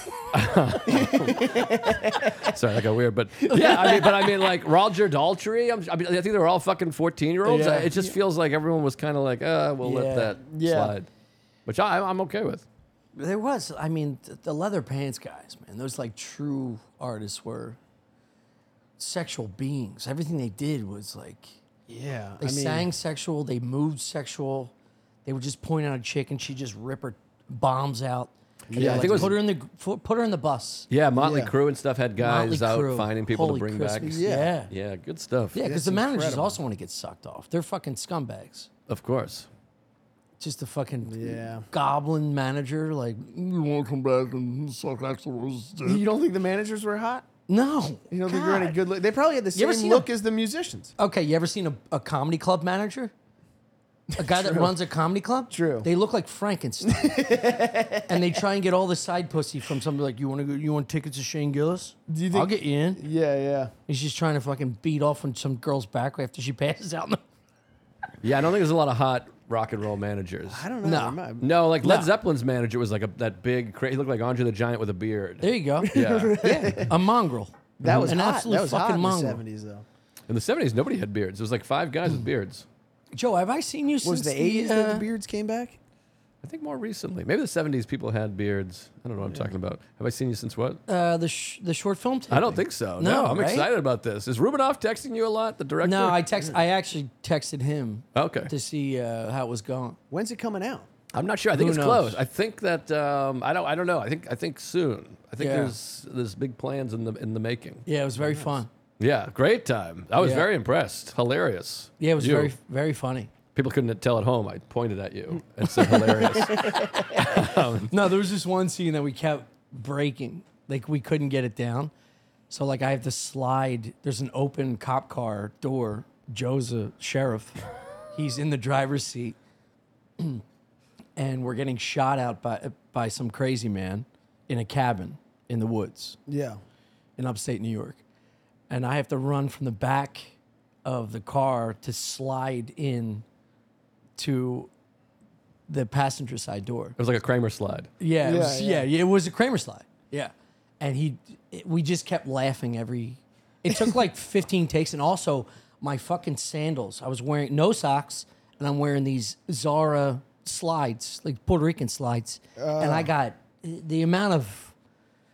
A: that got weird, but [laughs] yeah, I mean, but I mean, like Roger Daltrey. I'm, I, mean, I think they were all fucking fourteen year olds.
B: Yeah.
A: It just feels like everyone was kind of like, uh, we'll
B: Yeah.
A: let that
C: Yeah.
A: slide, which I, I'm okay with.
B: There was. I mean, th- the leather pants guys, man. Those like true artists were sexual beings. Everything they did was like
C: Yeah,
B: they sang sexual. They moved sexual. They would just point out a chick and she just rip her bombs out. And
A: Yeah, I
B: like,
A: think it was-
B: put her in the gr- put her in the bus.
A: Yeah, Motley
C: Yeah.
A: Crue and stuff had guys
B: Motley
A: out
B: Crue.
A: finding people
B: Holy
A: to bring
B: Christmas.
A: back.
C: Yeah.
B: Yeah, yeah,
A: Yeah, good stuff.
B: because
C: That's
B: the managers
C: incredible.
B: also want to get sucked off. They're fucking scumbags.
A: of course.
B: Just a fucking
C: Yeah.
B: goblin manager. Like you want to come back and suck Axel Rose's dick?
C: You don't think the managers were hot?
B: No,
C: You don't think they're any
B: God.
C: good look? They probably had the
B: You ever
C: same
B: seen
C: look
B: a-
C: as the musicians.
B: Okay, you ever seen a, a comedy club manager? A guy that runs a comedy club?
C: True.
B: They look like
C: [laughs]
B: Frankenstein. and they try and get all the side pussy from somebody like, you want to go, you want tickets to Shane Gillis?
C: Do you
B: I'll
C: think-
B: get you in.
C: Yeah, yeah.
B: He's just trying to fucking beat off on some girl's back after she passes out. [laughs] in the-
A: Yeah, I don't think there's a lot of hot rock and roll managers.
C: I don't know.
B: No.
C: Am I-
A: No, like Led
B: No.
A: Zeppelin's manager was like a, that big, cra- he looked like Andre the Giant with a beard.
B: There you go.
C: [laughs]
A: Yeah,
B: Yeah, A mongrel.
C: That was
B: An
C: hot.
B: absolute
C: That was hot
B: fucking
C: in the
B: mongrel.
C: seventies, though.
A: in the '70s, nobody had beards. There was like five guys with beards.
B: Joe, have I seen you since
C: Was the eighties that
B: uh,
C: the beards came back?
A: I think more recently. Maybe the 70s people had beards. I don't know what I'm talking about. Have I seen you since what?
B: uh, the, sh- the short film tape?
A: I don't think so. No,
B: No,
A: I'm
B: right?
A: excited about this. Is Rubinoff texting you a lot, the director?
B: No, I text. I actually texted him
A: Okay.
B: to see uh, how it was going.
C: When's it coming out?
A: I'm not sure. I think
B: Who
A: it's
B: knows?
A: close. I think that um, I don't. I don't know. I think. I think soon. I think
B: Yeah.
A: there's there's big plans in the in the making.
B: Yeah, it was very fun.
A: Yeah, great time. I was
B: Yeah.
A: very impressed. Hilarious.
B: Yeah, it was
A: You.
B: very very funny.
A: People couldn't tell at home. I pointed at you and said
B: [laughs]
A: hilarious.
B: No, there was this one scene that we kept breaking. Like we couldn't get it down. So like I have to slide. There's an open cop car door. Joe's a sheriff. He's in the driver's seat, [clears throat] and we're getting shot out by by some crazy man in a cabin in the woods
C: Yeah.
B: in upstate New York. And I have to run from the back of the car to slide in to the passenger side door.
A: It was like a Kramer slide.
B: Yeah, it
C: Yeah,
B: was,
C: yeah.
B: yeah. yeah, it was a Kramer slide. Yeah, and he, it- we just kept laughing every. It took like 15 takes, and also my fucking sandals. I was wearing no socks, and I'm wearing these Zara slides, like Puerto Rican slides, and I got the amount of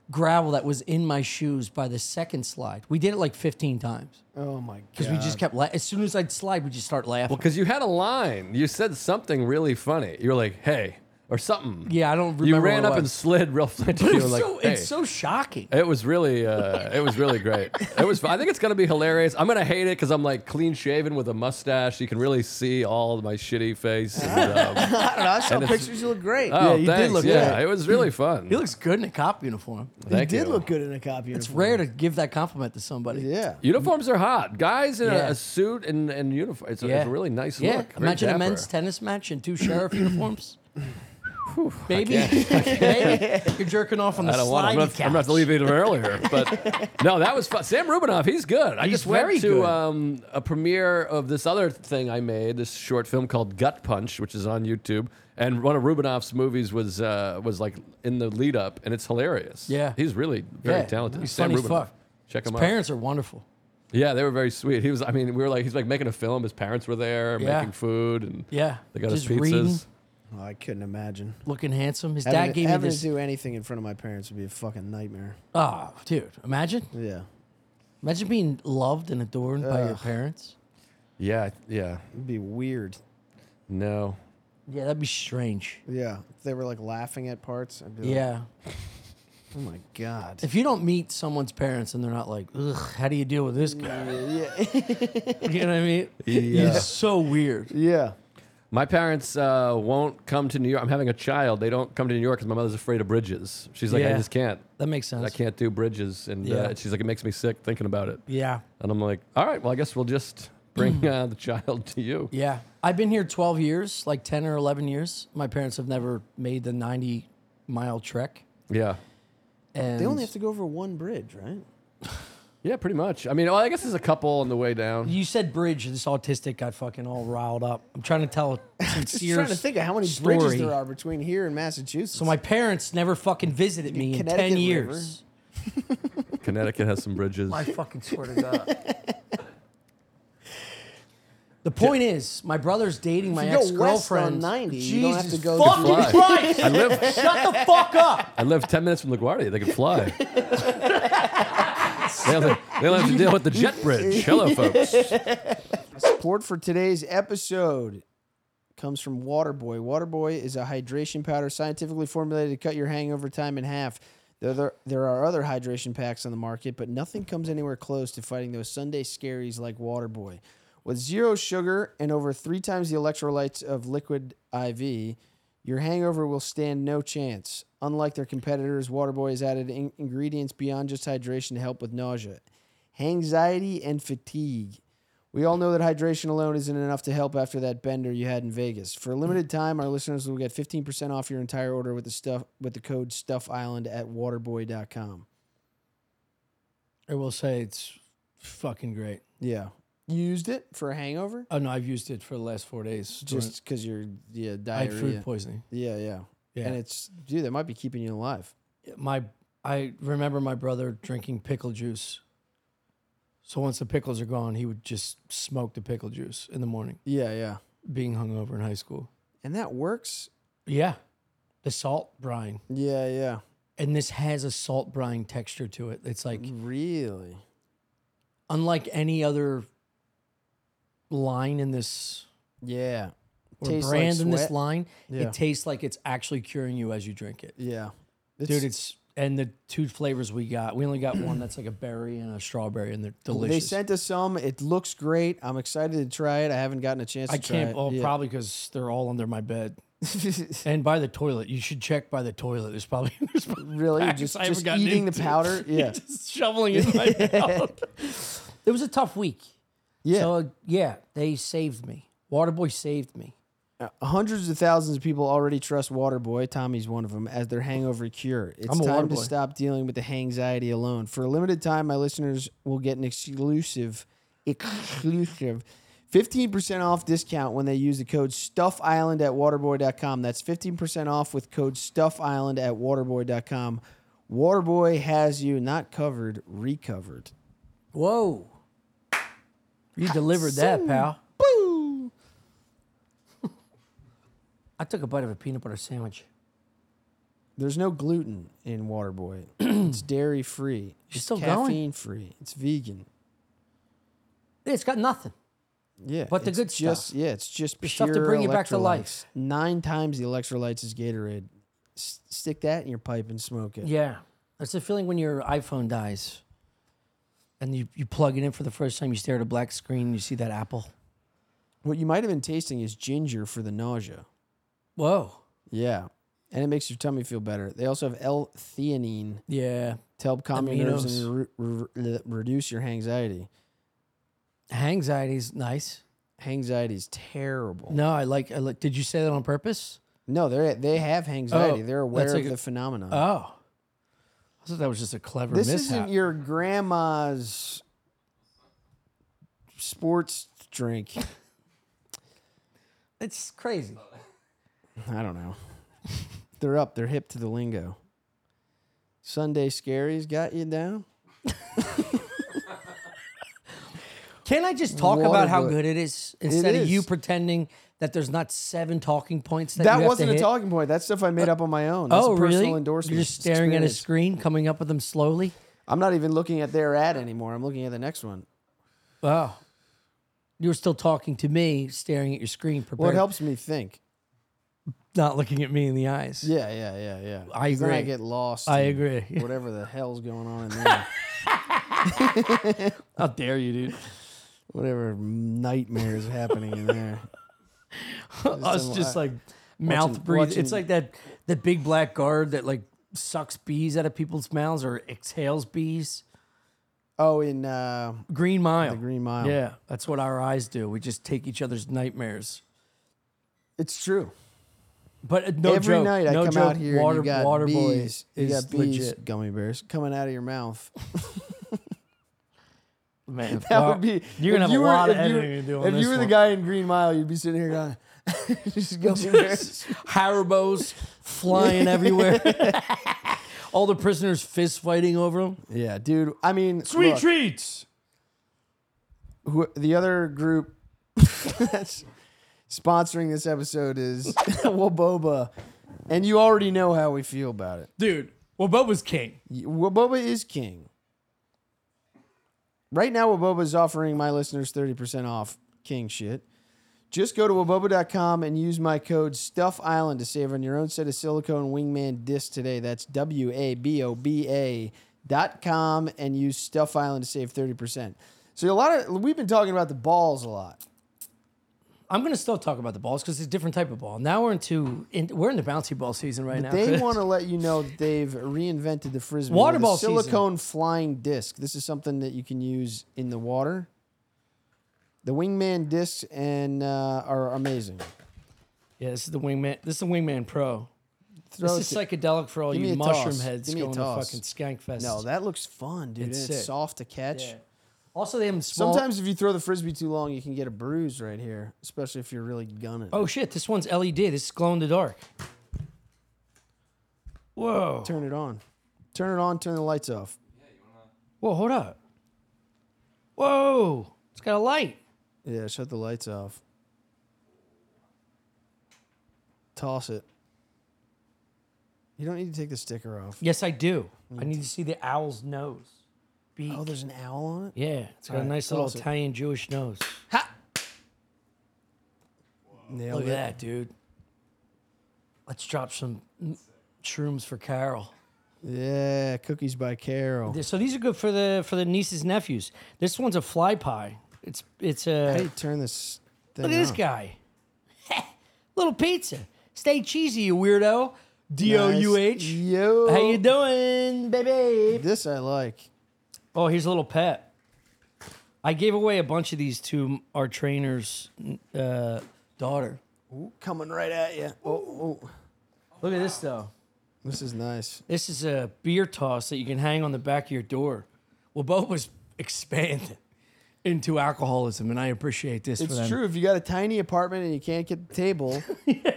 B: gravel that was in my shoes by the second slide. We did it like 15 times
C: Oh my god.
B: because we just kept la- as soon as I'd slide, we just start laughing.
A: Well, because you had a line. You said something really funny. You were like, "Hey," or something.
B: yeah, I don't
A: You
B: remember.
A: ran
B: what
A: up
B: it
A: and
B: was.
A: slid
B: [laughs]
A: real flat [laughs] to you.
B: But it
A: and
B: was
A: like,
B: so,
A: hey.
B: it's so shocking.
A: It was really, uh, it was really great. It was. I think it's gonna be hilarious. I'm gonna hate it because I'm like clean shaven with a mustache. You can really see all my shitty face.
B: [laughs]
A: And, um,
C: I don't know. I saw
A: it's-
C: pictures. You look great.
A: oh,
B: you did
A: thanks.
B: look
A: yeah,
B: good.
A: it was
B: [clears throat]
A: really fun.
B: He looks good in a cop uniform.
C: you
A: Thank
C: did
A: you.
C: look good in a cop uniform.
B: It's rare to give that compliment to somebody.
C: Yeah.
A: Uniforms are hot. Guys in
B: Yeah.
A: a, a suit and, and uniform. It's a, it's a really nice
B: yeah.
A: look. Very
B: Imagine
A: dapper.
B: a men's tennis match in two sheriff
A: [clears throat]
B: uniforms. Maybe, [laughs] maybe you're jerking off on the
A: I don't
B: slidey
A: want. I'm gonna,
B: couch.
A: I'm gonna have to leave even earlier. But
B: [laughs]
A: no, that was fun. Sam Rubinoff, he's good. I
B: He's
A: just went
B: very
A: to
B: good.
A: um, a premiere of this other thing I made, this short film called Gut Punch, which is on YouTube. And one of Rubinoff's movies was uh, was like in the lead up, and it's hilarious.
B: Yeah.
A: he's really very
B: Yeah,
A: talented.
B: he's
A: Sam
B: funny as
A: Rubinoff.
B: fuck.
A: Check
B: His
A: him out.
B: parents are wonderful.
A: Yeah, they were very sweet. He was. I mean, we were like, he's like making a film. His parents were there
B: Yeah.
A: making food, and
B: Yeah,
A: they got
B: just
A: us pizzas.
B: reading,
C: Oh, I couldn't imagine.
B: looking handsome. His
C: Having,
B: dad gave me
C: having
B: this.
C: to do anything in front of my parents would be a fucking nightmare.
B: Oh, dude, imagine,
C: Yeah.
B: imagine being loved and adored by your
C: Ugh.
B: parents.
A: Yeah, yeah.
C: It'd be weird.
A: No.
B: Yeah, that'd be strange.
C: Yeah. If they were like laughing at parts, I'd be like,
B: Yeah,
C: oh my God.
B: if you don't meet someone's parents and they're not like, ugh, how do you deal with this guy?
C: yeah.
B: [laughs] You know what I mean?
A: Yeah.
B: It's so weird.
C: Yeah.
A: My parents uh, won't come to New York. I'm having a child. They don't come to New York because my mother's afraid of bridges. She's like, I
B: Yeah.
A: just can't.
B: That makes sense.
A: I can't do bridges. And
B: Yeah.
A: uh, she's like, it makes me sick thinking about it.
B: Yeah.
A: And I'm like, all right, well, I guess we'll just
B: [clears throat]
A: bring uh, the child to you.
B: Yeah. I've been here 12 years, like 10 or 11 years. My parents have never made the 90 mile trek.
A: Yeah.
B: And
C: They only have to go over one bridge, right?
A: Yeah, pretty much. I mean, well, I guess there's a couple on the way down.
B: you said bridge. This autistic got fucking all riled up. I'm trying to tell a
C: [laughs] Just
B: sincere
C: trying to think of how many
B: story.
C: bridges there are between here and Massachusetts.
B: So my parents never fucking visited me in 10
C: Connecticut
B: years.
A: Connecticut has some bridges.
B: I fucking swear to God. [laughs] The point is, my brother's dating my
C: you go
B: ex
C: west on
B: girlfriend.
C: 90,
B: Jesus
C: you don't have to go
B: fucking
A: Fly.
B: Christ! [laughs]
A: I live,
B: Shut the fuck up!
A: I live 10 minutes from LaGuardia. They can
B: [laughs]
A: fly. they only they only have to deal with the jet bridge. Hello, folks.
C: Support for today's episode comes from Waterboy. Waterboy is a hydration powder scientifically formulated to cut your hangover time in half. There, there, there are other hydration packs on the market, but nothing comes anywhere close to fighting those Sunday scaries like Waterboy. With zero sugar and over three times the electrolytes of liquid IV, your hangover will stand no chance. Unlike their competitors, Waterboy has added in- ingredients beyond just hydration to help with nausea, anxiety, and fatigue. We all know that hydration alone isn't enough to help after that bender you had in Vegas. For a limited time, our listeners will get 15% off your entire order with the stuff with the code Stuff Island at waterboy.com.
B: I will say it's fucking great.
C: Yeah. You used it for a hangover?
B: Oh no, I've used it for the last four days.
C: Just because you're yeah,
B: I had
C: diarrhea.
B: food poisoning.
C: Yeah, yeah,
B: Yeah.
C: And it's dude, that might be keeping you alive.
B: My I remember my brother drinking pickle juice. So once the pickles are gone, he would just smoke the pickle juice in the morning,
C: Yeah, yeah.
B: being hungover in high school.
C: And that works?
B: Yeah. The salt brine.
C: Yeah, yeah.
B: And this has a salt brine texture to it. It's like
C: Mm. Really?
B: unlike any other line in this
C: Yeah.
B: or
C: Tastes like
B: brand in this
C: sweat.
B: line,
C: Yeah.
B: it tastes like it's actually curing you as you drink it.
C: Yeah. It's,
B: Dude, it's and the two flavors we got, we only got one that's like a berry and a strawberry, and they're delicious.
C: they sent us some. It looks great. I'm excited to try it. I haven't gotten a chance
B: I
C: to try
B: can't.
C: it.
B: Oh,
C: Yeah.
B: probably because they're all under my
C: [laughs]
B: bed and by the toilet. You should check by the toilet. There's probably [laughs] there's probably
C: really?
B: packs
C: Just,
B: I haven't
C: just
B: gotten
C: eating the
B: into. [laughs]
C: powder? Yeah.
B: just shoveling it in my
A: [laughs]
B: mouth. It was a tough week.
C: Yeah.
B: So yeah, they saved me. Waterboy saved me.
C: Uh, Hundreds of thousands of people already trust Waterboy. Tommy's one of them as their hangover cure. It's
B: I'm a
C: time to
B: Waterboy.
C: stop dealing with the hangxiety alone. For a limited time, my listeners will get an exclusive, exclusive, fifteen percent off discount when they use the code Stuff Island at Waterboy.com. That's fifteen percent off with code Stuff Island at Waterboy.com. Waterboy has you not covered, recovered.
B: Whoa. You delivered that, pal. Boo. I took a bite of a peanut butter sandwich.
C: There's no gluten in Waterboy. [clears throat] it's dairy free. It's
B: still going?
C: caffeine free. It's vegan.
B: It's got nothing.
C: Yeah,
B: But the
C: it's
B: good stuff.
C: just, Yeah, it's just pure
B: stuff to bring you back to
C: electrolytes.
B: life.
C: Nine times the electrolytes is Gatorade. S- stick that in your pipe and smoke it.
B: Yeah. It's the feeling when your iPhone dies and you, you plug it in for the first time, you stare at a black screen, you see that apple.
C: What you might have been tasting is ginger for the nausea.
B: Whoa.
C: Yeah, and it makes your tummy feel better. They also have L-theanine
B: Yeah.
C: to help calm your nerves
B: Aminos.
C: and re- re- re- reduce your anxiety.
B: Anxiety's nice.
C: Anxiety is terrible. No,
B: No, I like, I like. Did you say that on purpose?
C: they they have anxiety.
B: Oh,
C: They're aware
B: that's
C: of
B: like a-
C: the phenomenon.
B: Oh. I thought that was just a clever
C: This
B: mishap.
C: isn't your grandma's sports drink. [laughs]
B: it's crazy.
C: I don't know. They're up. They're hip to the lingo. Sunday scaries got you down.
B: Can I just talk
C: Water
B: about how
C: good.
B: good it is instead of
C: is.
B: you pretending that there's not seven talking points that, you
C: That
B: have
C: wasn't
B: to
C: a
B: hit?
C: talking point. That's stuff I made up on my own. That's
B: Oh,
C: a personal
B: really?
C: endorsement.
B: You're just staring at a
C: Experience.
B: screen, coming up with them slowly.
C: I'm not even looking at their ad anymore. I'm looking at the next one.
B: Wow. You were still talking to me, staring at your screen,
C: Well,
B: prepared,
C: it helps me think.
B: not looking at me in the eyes.
C: Yeah, yeah, yeah, yeah.
B: I
C: 'Cause Then I
B: agree.
C: get lost.
B: I
C: in
B: agree. [laughs]
C: Whatever the hell's going on in there.
B: How dare you,
C: [laughs]
B: dude?
C: whatever nightmares happening in there.
B: Us
C: I'm
B: just
C: li-
B: like mouth
C: watching-
B: breathing.
C: watching-
B: It's like that the big black guard that like sucks bees out of people's mouths or exhales bees.
C: Oh, in uh,
B: Green Mile.
C: the Green Mile.
B: Yeah, that's what our eyes do. We just take each other's nightmares.
C: It's true.
B: But uh, no
C: Every
B: joke,
C: night I
B: no
C: come
B: joke,
C: out here
B: water,
C: and you got
B: water boy
C: bees, you
B: is
C: got bees,
B: legit.
C: gummy bears coming out of your mouth. [laughs]
B: Man,
C: That
B: wow.
C: would be.
B: You're gonna have
C: if you
B: a
C: were-
B: lot of
C: if you-
B: editing to do on
C: If
B: this
C: you were the
B: one.
C: guy in Green Mile, you'd be sitting here going, [laughs]
B: [laughs]
C: just gummy bears.
B: Haribos
C: [laughs]
B: flying everywhere. [laughs] All the prisoners fist fighting over them.
C: Yeah, dude. I mean, look,
B: treats.
C: who, the other group [laughs] that's sponsoring this episode is [laughs] Waboba, and you already know how we feel about it.
B: Dude, well, Boba's king.
C: Waboba is king. Right now, Waboba is offering my listeners 30% off king shit. Just go to waboba.com and use my code Stuff Island to save on your own set of silicone wingman discs today. That's W A B O B A dot com and use Stuff Island to save 30%. So, a lot of we've been talking about the balls a lot.
B: I'm gonna still talk about the balls because it's a different type of ball. Now we're into in, we're in the bouncy ball season right now.
C: They want to let you know that they've reinvented the frisbee.
B: Water
C: with a
B: ball season.
C: silicone flying disc. This is something that you can use in the water. The wingman discs and uh, are amazing.
B: [laughs] yeah, this is the wingman. This is the wingman pro.
C: Throw
B: this is
C: it
B: psychedelic for all
C: Give me a
B: you mushroom
C: toss.
B: heads
C: Give me a
B: going to
C: toss.
B: fucking skank
C: to-
B: fest.
C: no, that looks fun, dude. and
B: It's
C: It's,
B: sick.
C: soft to catch.
B: Yeah. Also, they have them small.
C: Sometimes if you throw the frisbee too long, you can get a bruise right here, especially if you're really gunning.
B: Oh shit! This one's LED. This is glow in the dark. Whoa!
C: Turn it on. Turn it on. Turn the lights off.
B: Whoa! Hold up! Whoa! It's got a light.
C: Yeah, shut the lights off. Toss it. You don't need to take the sticker off.
B: Yes, I do. I need to see the owl's nose. Beak.
C: Oh, there's an owl on it?
B: yeah, it's got a
C: Alright,
B: nice little
C: toss it.
B: Italian Jewish nose.
C: Ha! Nailed
B: Look
C: it.
B: at that, dude. Let's drop some mm, shrooms for Carol.
C: Yeah, cookies by Carol.
B: So these are good for the for the nieces nephews. This one's a fly pie. It's it's a
C: How do you turn this thing
B: Look at this
C: on?
B: guy. [laughs] Little pizza. Stay cheesy, you weirdo. D O U
C: Nice.
B: H.
C: Yo.
B: How you doing, baby?
C: This I like.
B: Oh, here's a little pet. I gave away a bunch of these to our trainer's uh, daughter.
C: Ooh, coming right at you. Oh, oh.
B: Look at this though.
C: This is nice.
B: This is a beer toss that you can hang on the back of your door. Well, Bob was [laughs] expanded into alcoholism, and I appreciate this for
C: It's
B: them.
C: true. If you got a tiny apartment and you can't get
B: [laughs]
C: the table,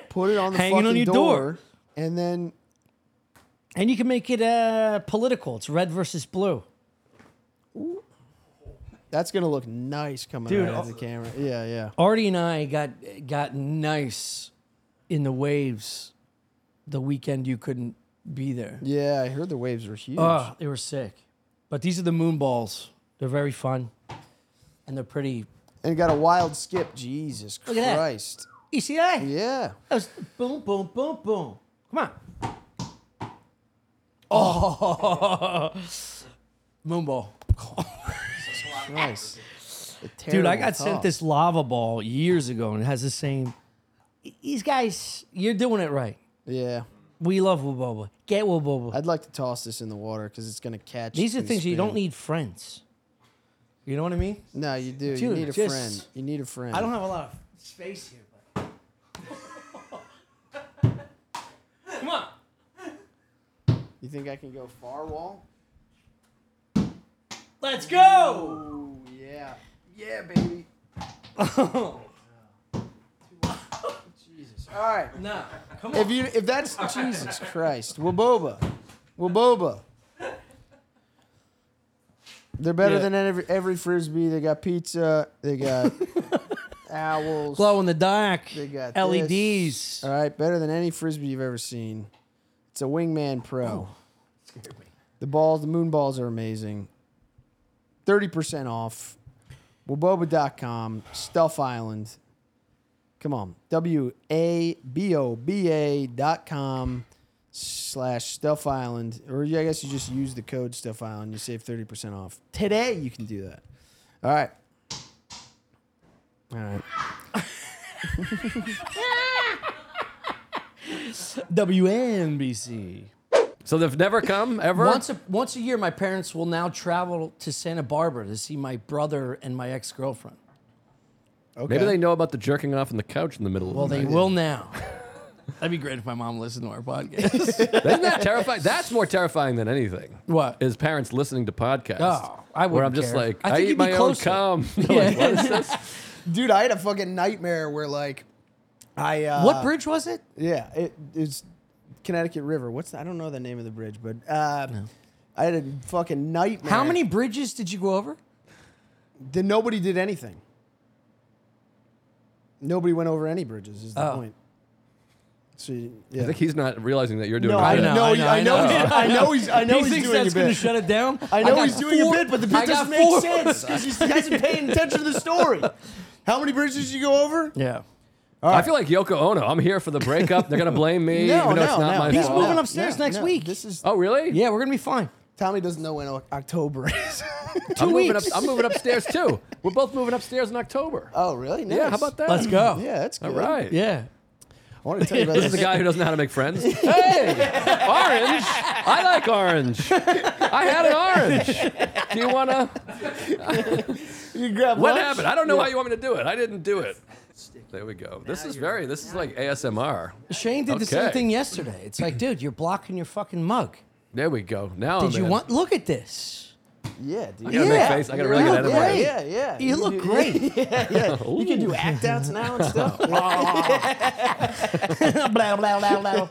C: put it on the
B: Hanging on
C: fucking
B: your
C: door,
B: door.
C: and then
B: And you can make it uh, political. It's red versus blue.
C: that's gonna look nice coming
B: Dude,
C: out of
B: oh.
C: the camera. Yeah, yeah.
B: Artie and I got got nice in the waves the weekend you couldn't be there.
C: Yeah, I heard the waves were huge.
B: Oh, they were sick. But these are the moon balls. They're very fun. And they're pretty
C: and got a wild skip. Jesus
B: at that.
C: Christ.
B: easy. eh?
C: Yeah.
B: That was boom, boom, boom, boom. Come on. Oh,
C: Oh.
B: [laughs] moon ball.
C: Nice.
B: Dude, I got sent this lava ball years ago and it has the same. "E-, These guys, you're doing it right.
C: Yeah.
B: We love Waboba. Get Waboba.
C: I'd like to toss this in the water because it's gonna catch.
B: These are
C: and
B: things you don't
C: spin.
B: need friends. You know what I mean?
C: No, you do. you
B: Dude,
C: need a
B: just-
C: friend. You need a friend.
B: I don't have a lot of space here. But... [laughs] Come on.
C: You think I can go far wall?
B: Let's [laughs] go.
C: Oh yeah, yeah, baby. Jesus. All right.
B: no. Come on.
C: If you if
B: [laughs]
C: that's Jesus Christ, Waboba, Waboba. They're better
B: Yeah.
C: than every every frisbee. They got pizza. They
B: [laughs]
C: got owls.
B: Glow in the dark. E
C: They got
B: LEDs.
C: this. All right, better than any frisbee you've ever seen. It's a Wingman Pro.
A: Oh,
C: The balls, the moon balls are amazing. Thirty percent off. Waboba.com, Stuff Island. Come on, W A B O B A dot com slash Stuff Island, or yeah, I guess you just use the code Stuff Island. You save thirty percent off today. You can do that. All right. All right.
B: WNBC.
A: So they've never come ever.
B: Once a, once a year, my parents will now travel to Santa Barbara to see my brother and my ex girlfriend.
C: Okay.
A: Maybe they know about the jerking off on the couch in the middle.
B: Well,
A: of the
B: they will now. [laughs] That'd be great if my mom listened to our podcast.
A: night. Isn't that terrifying? That's more terrifying than anything.
B: [laughs] What?
A: is parents listening to podcasts?
B: uh, Oh, I
A: where I'm
B: wouldn't
A: just
B: care.
A: like,
B: I
A: I,
B: think
A: eat
B: you'd be
A: my
B: closer.
A: own cum. [laughs] They're like, what is this?
C: Dude, I had a fucking nightmare where like I uh,
B: [laughs] what bridge was it?
C: Yeah, it is Connecticut River. What's the, I don't know the name of the bridge, but uh, I had a fucking nightmare.
B: How many bridges did you go over?
C: Then nobody did anything. Nobody went over any bridges. Is the
B: Oh.
C: point? So you- yeah.
A: I think he's not realizing that you're doing.
C: No,
A: it.
C: I know.
A: Yeah.
C: I know he's-
B: [laughs]
C: I know he's- I know
B: he
C: he's
B: thinks
C: doing
B: that's
C: your
B: gonna
C: bit.
B: shut it down.
C: I know
B: got
C: he's doing
B: four-
C: a bit, but the bit
B: I got
C: doesn't make
B: four.
C: sense because he hasn't paying attention to
B: [laughs]
C: the story. How many bridges did you go over?
B: Yeah.
A: I feel like Yoko Ono. I'm here for the breakup. They're gonna blame me,
C: No,
A: even though it's
C: no,
A: not
C: no.
A: my
B: He's
A: fault.
B: moving upstairs next week.
C: This is
A: Oh, really?
B: Yeah, we're gonna be fine.
C: Tommy doesn't know when O- October is.
B: [laughs]
A: I'm moving, up,
B: weeks.
A: I'm moving
B: [laughs]
A: upstairs too. We're both moving upstairs in October.
C: oh, really? Nice.
A: Yeah, how about that?
B: Let's go.
C: Yeah, that's
A: All
C: good.
A: right.
B: Yeah.
C: I want to tell
A: [laughs]
C: you about
A: This
C: this.
A: is a guy who doesn't know how to make
B: [laughs]
A: friends. Hey, orange. I like orange. I had an orange. Do you want to?
C: You grab
A: What
C: lunch?
A: happened? I don't know how you want me to do it. I didn't do it. There we go. This is very. This is like ASMR.
B: Shane did the same
A: Okay.
B: thing yesterday. It's like, dude, you're blocking your fucking mug.
A: There we go. Now
B: Did
A: I'm
B: you
A: in.
B: want? Look at this.
C: Yeah, dude.
A: gotta
B: make
A: face- I gotta really get
C: yeah,
A: out of my-
C: Yeah, yeah.
B: You look
C: do-
B: great.
C: Yeah, [laughs] yeah. You can do act outs now
A: [laughs]
C: and stuff.
B: blah [laughs] blah blah blah.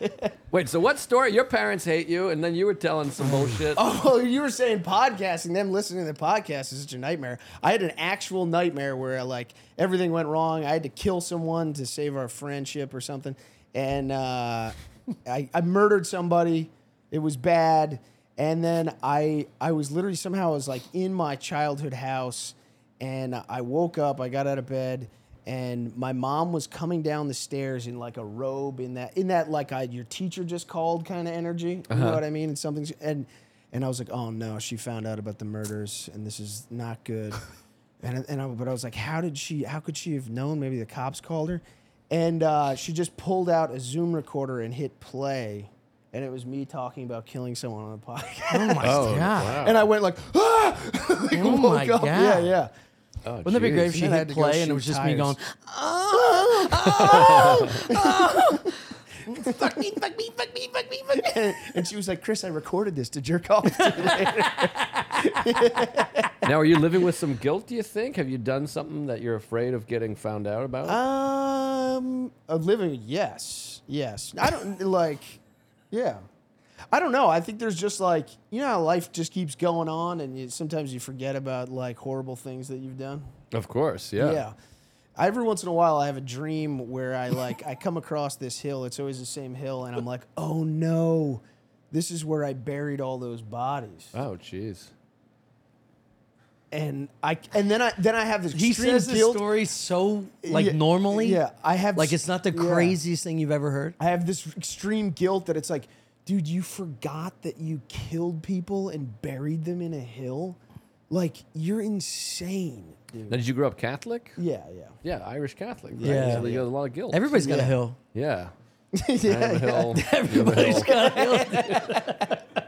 A: Wait. So what story? Your parents hate you, and then you were telling some bullshit.
C: [laughs] oh, you were saying podcasting, them listening to the podcast is such a nightmare. I had an actual nightmare where like everything went wrong. I had to kill someone to save our friendship or something, and uh, [laughs] I, I murdered somebody. It was bad, and then I I was literally somehow I was like in my childhood house, and I woke up. I got out of bed. and my mom was coming down the stairs in like a robe in that in that like I, your teacher just called kind of energy. You
B: Uh-huh.
C: know what I mean? And something and and I was like, oh no, she found out about the murders, and this is not
B: [laughs]
C: good. And and I, but I was like, how did she? How could she have known? Maybe the cops called her. And uh, she just pulled out a Zoom recorder and hit play, and it was me talking about killing someone on a [laughs] podcast.
B: Oh my god!
C: and I went like, [laughs] ah! Like,
B: Oh
C: woke
B: my
C: up. Yeah,
B: God.
C: yeah.
A: Oh,
B: Wouldn't it be great if she [laughs]
C: Then I had
B: hit
C: to go
B: play and
C: shoot
B: it was just me
C: tires.
B: going,
C: And, [laughs] and she was like, Chris, I recorded this to jerk off to later.
A: [laughs] now, are you living with some guilt? Do you think? Have you done something that you're afraid of getting found out about?
C: [laughs]
B: Uh,
C: Um, of living, yes, yes. I don't like, yeah. I don't know. I think there's just like you know how life just keeps going on, and you, sometimes you forget about like horrible things that you've done.
A: of course, yeah.
C: Yeah. Every once in a while, I have a dream where I like I come across this hill. It's always the same hill, and I'm like, oh no, this is where I buried all those bodies.
A: Oh, jeez.
C: And I and then I then I have this
B: He
C: extreme
B: says this
C: guilt.
B: story so like
C: Yeah,
B: normally.
C: yeah, I have
B: like
C: s-
B: it's not the
C: yeah.
B: craziest thing you've ever heard.
C: I have this extreme guilt that it's like, dude, you forgot that you killed people and buried them in a hill. Like you're insane, dude.
A: Now, did you grow up Catholic?
C: Yeah, [laughs] yeah.
A: Yeah, Irish Catholic. right?
B: Yeah.
A: So you got a lot of guilt.
B: Everybody's got
C: Yeah.
B: a hill. [laughs]
A: yeah. I
C: yeah,
A: have a
C: yeah.
A: hill, you have a
B: Everybody's
A: hill.
B: got a hill.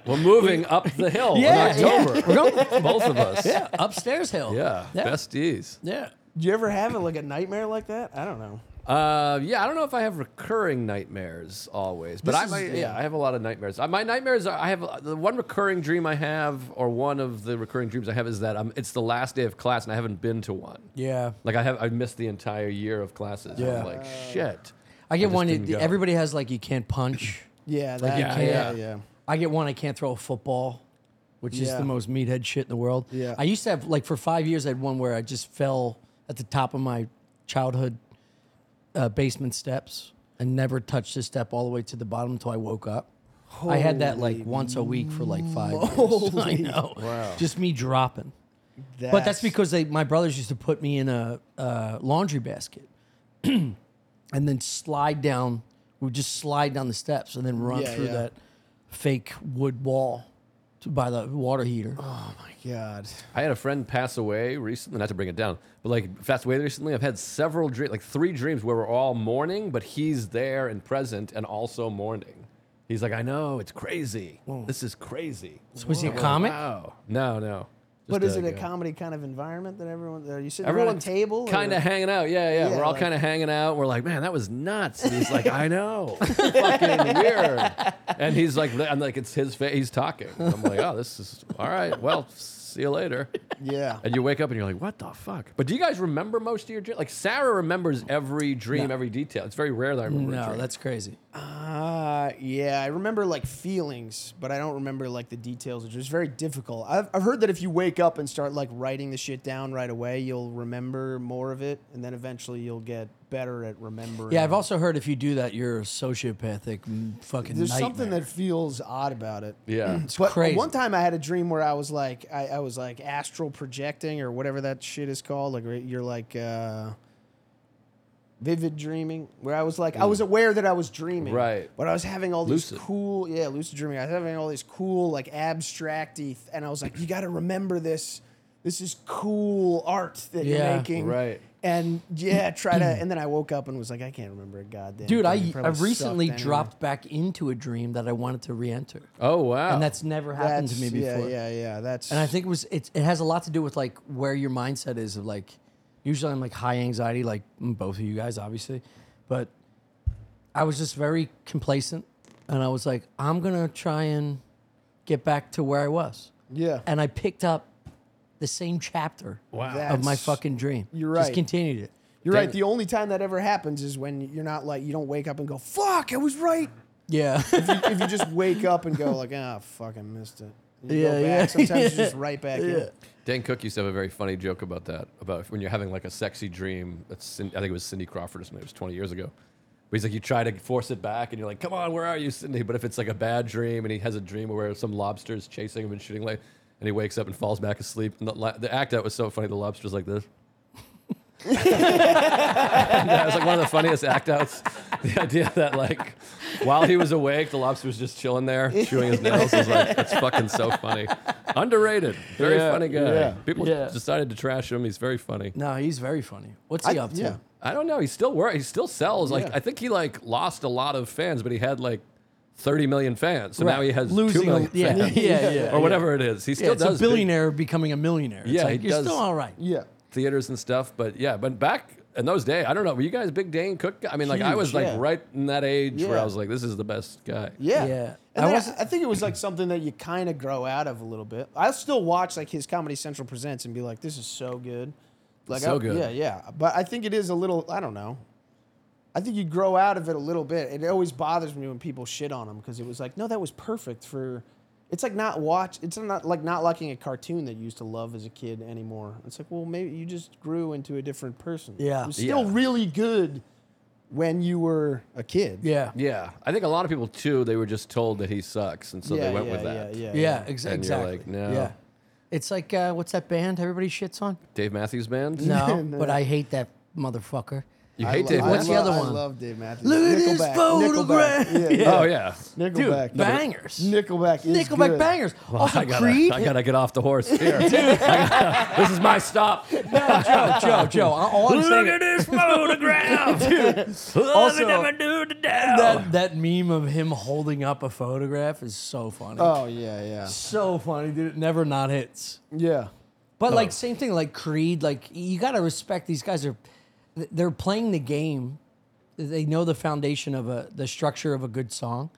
A: We're moving up the hill
B: Yeah,
A: in
B: yeah.
A: October. We're going both of us. Yeah.
B: Upstairs hill.
A: Yeah.
B: Yeah.
A: Besties.
B: Yeah.
C: Do you ever have like a nightmare like that? I don't know.
A: Uh, yeah, I don't know if I have recurring nightmares always, but
C: This
A: I
C: is-
A: might, yeah.
C: yeah.
A: I have a lot of nightmares. Uh, my nightmares are I have uh, the one recurring dream I have, or one of the recurring dreams I have is that i it's the last day of class and I haven't been to one.
B: Yeah.
A: Like I have, I missed the entire year of classes.
B: Yeah.
A: I'm like shit.
B: I get
A: just
B: one.
A: didn't
B: it-
A: go.
B: Everybody has like you can't punch.
C: Yeah, that,
B: you
C: yeah,
B: can't-
C: yeah, yeah,
B: I get one. I can't throw a football, which is
C: Yeah.
B: the most meathead shit in the world.
C: Yeah.
B: I used to have like for five years. I had one where I just fell at the top of my childhood uh, basement steps and never touched the step all the way to the bottom until I woke up. I had that like once a week for like five years. [laughs] I know. Wow. Just me dropping. But that's because they, my brothers used to put me in a uh, laundry basket [clears throat] and then slide down. We would just slide down the steps and then run
C: Yeah,
B: through
C: yeah.
B: that fake wood wall to, by the water heater.
C: Oh, God.
A: I had a friend pass away recently, not to bring it down, but like passed away recently. I've had several dreams, like three dreams where we're all mourning, but he's there and present and also mourning. He's like, I know, it's crazy. This is crazy.
B: so was he a
A: Wow.
B: comic?
A: Wow. No, no.
C: But
A: Just
C: is it a
A: guy.
C: comedy kind of environment that everyone? Are you sitting around a
A: Everyone's
C: table?
A: kind
C: or-
A: of hanging out. Yeah, yeah.
C: Yeah,
A: We're all
C: like-
A: kind of hanging out. We're like, man, that was nuts. And
C: [laughs]
A: he's like, I know, fucking weird. And he's like, I'm like, it's his face. He's talking. I'm like, oh, this is all right. Well, see you later.
C: Yeah.
A: And you wake up and you're like, what the fuck? But do you guys remember most of your dreams? Like Sarah remembers every dream, every detail. It's very rare that I remember. a
B: No,
A: dream.
B: that's crazy.
C: Uh, yeah, I remember like feelings, but I don't remember like the details, which was very difficult. I've, I've heard that if you wake up and start like writing the shit down right away, you'll remember more of it, and then eventually you'll get better at remembering.
B: Yeah, I've also heard if you do that, you're a sociopathic mm, fucking
C: There's
B: nightmare.
C: something that feels odd about it.
B: [clears throat]
A: yeah.
C: But uh,
B: crazy.
C: one time I had a dream where I was like, I, I was like astral projecting or whatever that shit is called. Like you're like uh, vivid dreaming, where I was like, I
B: Mm.
C: was aware that I was dreaming,
A: Right.
C: But I was having all
A: Lucid.
C: these cool, yeah, lucid dreaming. I was having all these cool, like abstracty, th- and I was like, you got to remember this. This is cool art that you're
B: Yeah.
C: making,
A: Right.
C: And yeah,
B: [clears throat]
C: try to. And then I woke up and was like, I can't remember a goddamn.
B: Dude,
C: thing.
B: I,
C: It
B: I
C: probably
B: recently
C: sucked anyway.
B: dropped back into a dream that I wanted to re enter.
A: Oh wow.
B: And that's never happened
C: That's-
B: to me before.
C: Yeah, yeah, yeah. That's
B: And I think it was it, it has a lot to do with like where your mindset is of like usually I'm like high anxiety like mm, both of you guys obviously, but I was just very complacent and I was like I'm going to try and get back to where I was.
C: yeah.
B: And I picked up the same chapter
A: wow.
C: That-
B: of my
C: That's-
B: fucking dream.
C: you're right.
B: Just continued it.
C: You're
A: Dang
C: right.
A: it.
C: The only time that ever happens is when you're not like you don't wake up and go fuck, I was right.
B: [laughs] Yeah.
C: if you just wake up and go like ah fuck, I missed it. You
B: Yeah,
C: go back,
B: yeah.
C: Sometimes
B: [laughs]
C: you're just right back in.
A: Dan Cook used to have a very funny joke about that, about when you're having like a sexy dream. That's Cin- I think it was Cindy Crawford or something. It was 20 years ago. But he's like, you try to force it back, and you're like, come on, where are you, Cindy? But if it's like a bad dream, and he has a dream where some lobster is chasing him and shooting, like, and he wakes up and falls back asleep. And the, la- the act out was so funny. The lobster's like this. that was like one of the funniest act outs. [laughs] The idea that like while he was awake, the lobster was just chilling there chewing his nails is like that's fucking so funny. Underrated, very
B: Yeah,
A: funny guy.
B: yeah,
A: People
B: yeah.
A: decided to trash him. He's very funny.
B: No, he's very funny. What's he
C: I-
B: up to?
C: yeah.
A: I don't know. He still works. He still sells. Like
C: Yeah.
A: I think he like lost a lot of fans, but he had like 30 million fans. So now
B: Right.
A: he has two
B: Losing a-
A: million
B: [laughs] yeah,
A: fans.
B: yeah, yeah, yeah.
A: or whatever it is. He still
B: Yeah, it's
A: does
B: a
A: big
B: billionaire becoming a millionaire. It's
A: Yeah,
B: like,
A: he
B: you're
A: does.
B: still all right.
C: Yeah.
A: theaters and stuff. But yeah, but back in those days, I don't know. Were you guys big Dane Cook? guy- I mean, like I
C: Huge,
A: was like
C: yeah.
A: right in that age where
C: Yeah.
A: I was like, this is the best guy.
C: Yeah.
B: Yeah.
C: And
B: I
C: then I,
B: was-
C: I think it was like something that you kind of grow out of a little bit. I'll still watch like his Comedy Central presents and be like, this is so good. Like
A: So
C: I-
A: good.
C: Yeah, yeah. But I think it is a little. I don't know. I think you grow out of it a little bit. It always bothers me when people shit on him because it was like, no, that was perfect for. It's like not watch. It's not like not liking a cartoon that you used to love as a kid anymore. It's like, well, maybe you just grew into a different person.
B: Yeah.
C: it was still
A: Yeah.
C: really good when you were a kid.
B: Yeah. Yeah.
A: Yeah, I think a lot of people too. They were just told that he sucks, and so
C: yeah,
A: they went
C: yeah,
A: with that.
C: Yeah, yeah,
B: ex-
A: And you're
B: exactly.
A: like, no.
B: Yeah. It's like uh, what's that band everybody
A: [laughs]
B: shits on?
A: Dave Matthews Band.
B: No, [laughs]
C: No.
B: but I hate that motherfucker.
A: you
C: I
A: hate
C: lo-
A: Dave.
C: I
B: What's the
A: Matthews?
C: lo-
B: other
C: I
B: one?
C: love Dave Matthews.
B: Look at this
C: Nickelback.
B: photograph.
C: Yeah,
A: Oh yeah.
C: yeah.
B: Dude,
C: Nickelback.
B: bangers.
C: Nickelback is
B: Nickelback
C: good.
B: bangers.
A: Well, [laughs]
B: also
A: I gotta,
B: Creed.
A: I gotta get off the horse
C: [laughs]
A: here. I gotta- this is my stop.
B: no, Joe,
A: [laughs]
B: Joe, Joe. All I'm saying
A: this
C: [laughs]
A: photograph.
B: Also-
A: do to
B: that that meme of him holding up a photograph is so funny.
A: Uh,
C: Oh yeah, yeah,
B: so funny, dude. It never not hits.
C: yeah.
B: But
C: Oh.
B: like same thing, like Creed. Like you gotta respect these guys are, th- they're playing the game. They know the foundation of a the structure of a good song,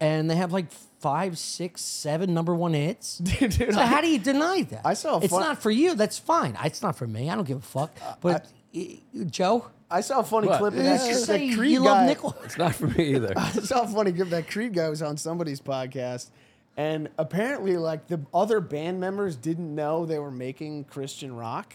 B: and they have like five, six, seven number one hits.
C: [laughs] Dude,
B: so
C: I-
B: how do you deny that?
C: I saw a
B: it's
C: fun- Uh,
B: not for you. That's fine. It's not for me. I don't give a fuck. But i- i- Joe,
C: I saw a funny
A: What?
C: clip of
A: Yeah,
C: that,
B: let's just
C: that
B: say
C: Creed
B: you
C: guy.
B: love Nickel.
A: It's not for me
C: [laughs]
A: either.
C: I saw a funny clip that Creed guy was on somebody's podcast, and apparently, like the other band members didn't know they were making Christian rock.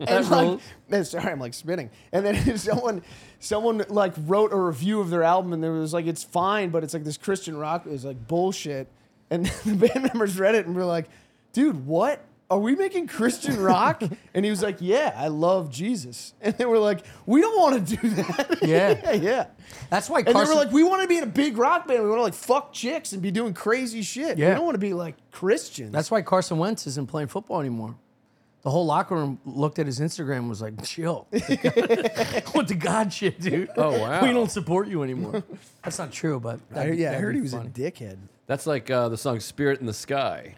C: and like,
B: rules.
C: man, sorry, I'm like spinning. And then [laughs] someone, someone like wrote a review of their album, and there was like, it's fine, but it's like this Christian rock is like bullshit. And [laughs] the band members read it and were like, dude, what? Are we making Christian rock? and he was like, yeah, I love Jesus. And they were like, we don't want to do that.
B: Yeah.
C: [laughs] yeah, yeah.
B: That's why
C: And
B: Carson.
C: they were like, we want to be in a big rock band. We want to like fuck chicks and be doing crazy shit. We
B: Yeah.
C: don't want to be like Christians.
B: That's why Carson Wentz isn't playing football anymore. The whole locker room looked at his Instagram and was like, chill. [laughs] what the God shit, dude.
A: Oh, wow.
B: We don't support you anymore. That's not true, but
C: I
B: that'd
C: heard,
B: be-
C: yeah, I
B: that'd
C: heard
B: be
C: he was
B: funny.
C: a dickhead.
A: That's like uh, the song "Spirit in the Sky."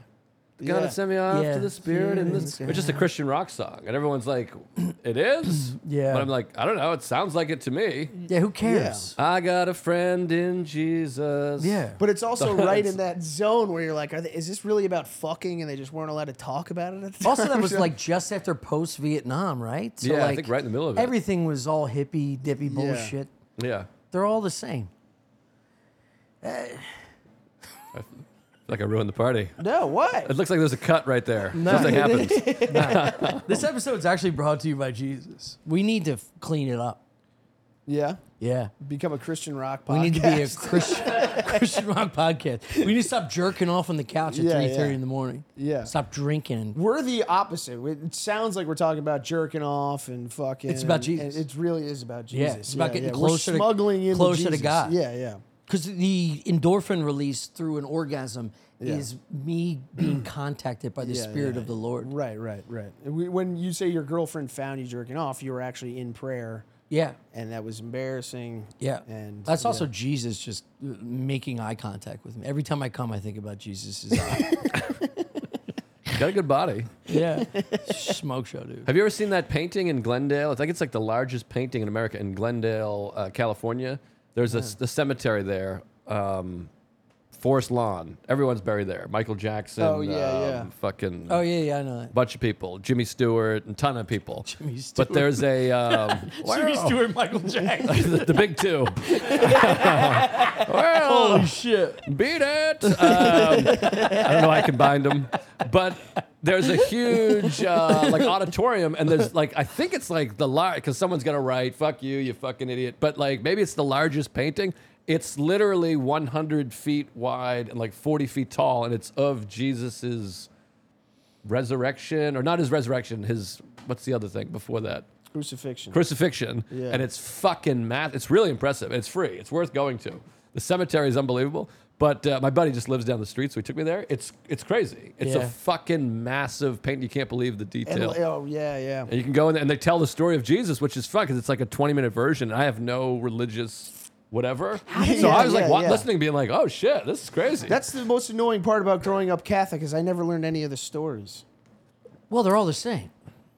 C: Yeah.
A: Gotta send me off
B: Yeah.
A: to the spirit in the sky. It's just a Christian rock song, and everyone's like, [clears throat] "It is."
B: Yeah.
A: But I'm like, I don't know. It sounds like it to me.
B: Yeah, who cares?
A: I got a friend in Jesus.
B: Yeah.
C: But
B: [laughs]
C: it's also right in that zone where you're like, are they, is this really about fucking? And they just weren't allowed to talk about it at the
B: Also,
C: time. [laughs]
B: that was
C: So-
B: like just after post Vietnam, right? So
A: Yeah, I
B: like,
A: think right in the middle of it.
B: Everything was all hippie dippy bullshit.
A: Yeah.
B: They're all the same.
A: Like I ruined the party.
C: no, what?
A: It looks like there's a cut right there. Something happens.
B: This episode's actually brought to you by Jesus. We need to f- clean it up.
C: Yeah,
B: Yeah.
C: become a Christian rock podcast.
B: We need to be a Christian, [laughs] Christian rock podcast. We need to stop jerking off on the couch at
C: Yeah,
B: three thirty
C: yeah.
B: in the morning.
C: Yeah.
B: Stop drinking. and-
C: We're the opposite. We- It sounds like we're talking about jerking off and fucking.
B: It's about
C: and
B: Jesus.
C: It really is about
B: Yeah,
C: Jesus.
B: it's about getting
C: We're
B: closer to-
C: smuggling into
B: closer to
C: Jesus.
B: God.
C: Yeah, yeah.
B: Because the endorphin release through an orgasm
C: Yeah.
B: is me being [clears throat] contacted by the
C: Yeah,
B: Spirit
C: yeah.
B: of the Lord.
C: Right, right, right. We, when you say your girlfriend found you jerking off, you were actually in prayer,
B: Yeah.
C: and that was embarrassing.
B: Yeah.
C: and
B: That's
C: yeah.
B: also Jesus just uh, making eye contact with me. Every time I come, I think about Jesus'
C: [laughs]
B: eye.
A: got a good body.
B: yeah. Smoke show, dude.
A: Have you ever seen that painting in Glendale? I think it's like the largest painting in America in Glendale, uh, California. There's a, s-
B: Hmm.
A: a cemetery there, um, Forest Lawn. Everyone's buried there. Michael Jackson.
C: Oh, yeah,
A: um,
C: yeah.
A: Fucking
B: Oh, yeah, yeah, I know that.
A: bunch of people. Jimmy Stewart, and ton of people.
B: [laughs] Jimmy
A: But there's a um,
B: [laughs] Jimmy
A: wow.
B: Stewart, Michael
A: [laughs]
B: Jackson.
A: the, the big two. well,
B: [laughs] Holy shit.
A: Beat it! Um, I don't know. why I combined them, but there's a huge uh, like auditorium, and there's like I think it's like the large because someone's gonna write "fuck you, you fucking idiot," but like maybe it's the largest painting. It's literally 100 feet wide and like 40 feet tall, and it's of Jesus's resurrection or not his resurrection. His what's the other thing before that?
C: Crucifixion.
A: crucifixion
C: Yeah.
A: and it's fucking math it's really impressive it's free it's worth going to the cemetery is unbelievable but uh, my buddy just lives down the street so he took me there it's it's crazy it's
B: Yeah.
A: a fucking massive painting you can't believe the
C: and,
A: detail and,
C: oh yeah, yeah.
A: you can go in there and they tell the story of jesus which is fun because it's like a 20 minute version and i have no religious whatever so
C: Yeah,
A: i was
C: yeah,
A: like wa-
C: yeah.
A: listening being like oh shit this is crazy
C: That's the most annoying part about growing up Catholic is I never learned any of the stories.
B: Well, they're all the same.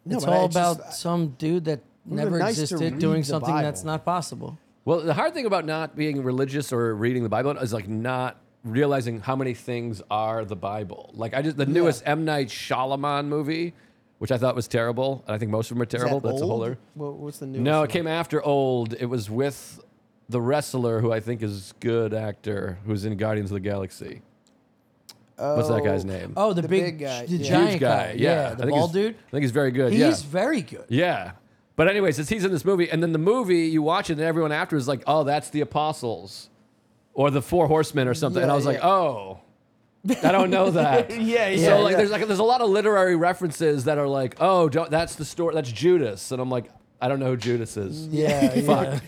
B: it's
C: but I
B: all
C: just-
B: about some dude that
C: would've
B: never
C: been nice to
B: existed
C: read
B: doing
C: the
B: something that's
C: Bible.
B: not possible.
A: Well, the hard thing about not being religious or reading the Bible is like not realizing how many things are the Bible. Like I just the newest M Night Shyamalan movie, which I thought was terrible, and I think most of them are
C: Is that
A: terrible. That's a whole
C: old?
A: other.
C: What, what's the new?
A: No, it came after Old. It was with the wrestler who I think is good actor who's in Guardians of the Galaxy. What's that guy's name?
B: Oh, the,
C: The
B: big,
C: big guy,
B: the
C: yeah.
B: giant
A: Huge
B: guy. Yeah,
A: I
B: the
A: think
B: bald
A: he's-
B: dude.
A: I think he's very good.
B: He's
A: yeah.
B: very good.
A: Yeah. But anyway, since he's in this movie, and then the movie you watch it, and everyone after is like, "Oh, that's the Apostles, or the Four Horsemen, or something," and
C: Yeah,
A: I was like,
C: yeah.
A: "Oh, I don't know that."
C: [laughs] Yeah, yeah,
A: So like,
C: yeah.
A: there's like there's a lot of literary references that are like, "Oh, don't, that's the story. That's Judas," and I'm like, "I don't know who Judas is."
C: Yeah, yeah,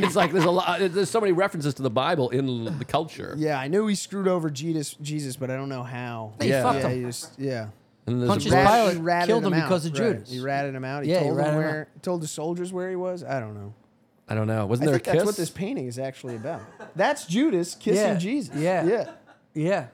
A: [laughs] Fuck. it's like there's a lot. There's so many references to the Bible in the culture.
C: yeah. I knew he screwed over Jesus, Jesus, but I don't know how.
B: He
A: Yeah.
B: fucked
C: yeah,
B: him.
C: he just, yeah.
A: And there's a
B: Punches
A: bunch-
B: Pilate
C: he ratted
B: killed him
C: out,
B: because of
C: right.
B: Judas.
C: He ratted him out. He
B: Yeah, he
C: told
B: ratted
C: him
B: him
C: where. Told the soldiers where he was. I don't know.
A: I don't know.
C: I
A: Wasn't there
C: think
A: a kiss?
C: that's what this painting is actually about. That's Judas kissing
B: Yeah,
C: Jesus.
B: yeah.
C: yeah.
B: Yeah.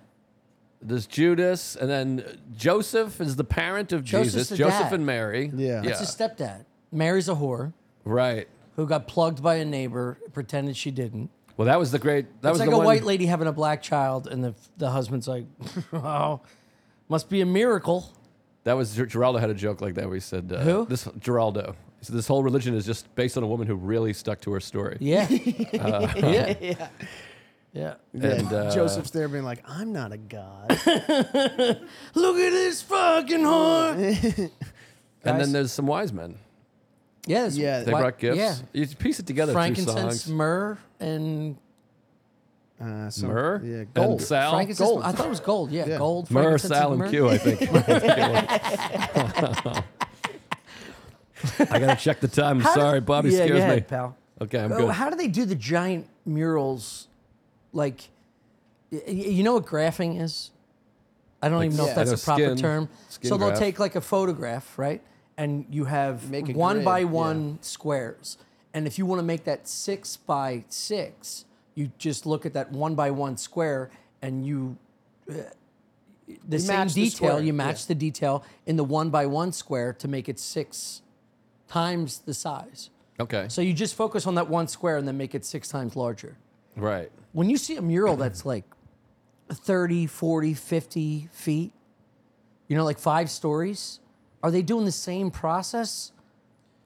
A: There's Judas, and then Joseph is the parent of
B: Joseph's
A: Jesus.
B: the
A: Joseph
B: dad.
A: and Mary.
C: Yeah.
A: yeah.
C: That's
B: It's his stepdad. Mary's a whore
A: right.
B: who got plugged by a neighbor, pretended she didn't.
A: Well, that was the great. That was
B: It's like
A: the
B: a
A: one,
B: white lady having a black child, and the, the husband's like, [laughs] oh, must be a miracle.
A: That was Ger- Geraldo had a joke like that. where he said, uh,
B: Who?
A: This Geraldo. So this whole religion is just based on a woman who really stuck to her story.
C: [laughs]
B: Yeah.
A: Uh-huh.
B: yeah. Yeah.
A: And uh,
C: Joseph's there being like, I'm not
B: [coughs]
C: a god.
B: Look at this fucking whore.
A: and
B: Guys.
A: then there's some wise men.
B: Yes.
C: Yeah.
A: They
B: Why-
A: brought gifts.
B: Yeah.
A: You piece it together through
B: Frankincense,
A: songs.
B: myrrh, and
C: Uh, some,
A: Myrrh
C: Yeah,
A: and
C: gold.
A: Sal.
B: frankincense.
C: gold.
B: I thought it was gold. Yeah,
C: Yeah.
B: gold.
A: Oh, Myrrh,
B: frankincense,
A: Sal, and Q. I
B: [laughs]
A: think. [laughs] I gotta check the time. I'm
B: How did-
A: sorry, Bobby
B: yeah, go
A: scares
B: ahead,
A: me.
B: pal.
A: Okay, I'm
B: Oh,
A: good.
B: How do they do the giant murals? Like, y- y- you know what graphing is? I don't even know
C: yeah.
B: if that's
A: I know
B: a proper
A: skin-
B: term.
A: skin
B: so
A: graph.
B: they'll take like a photograph, right? And you have
C: Make a
B: one
C: grid,
B: by
C: yeah.
B: one squares. And if you want to make that six by six, you just look at that one by one square and you. Uh, the same
C: match the
B: detail,
C: square,
B: you
C: yeah.
B: match the detail in the one by one square to make it six times the size.
A: okay.
B: So you just focus on that one square and then make it six times larger.
A: Right.
B: When you see a mural that's like 30, 40, 50 feet, you know, like five stories, are they doing the same process?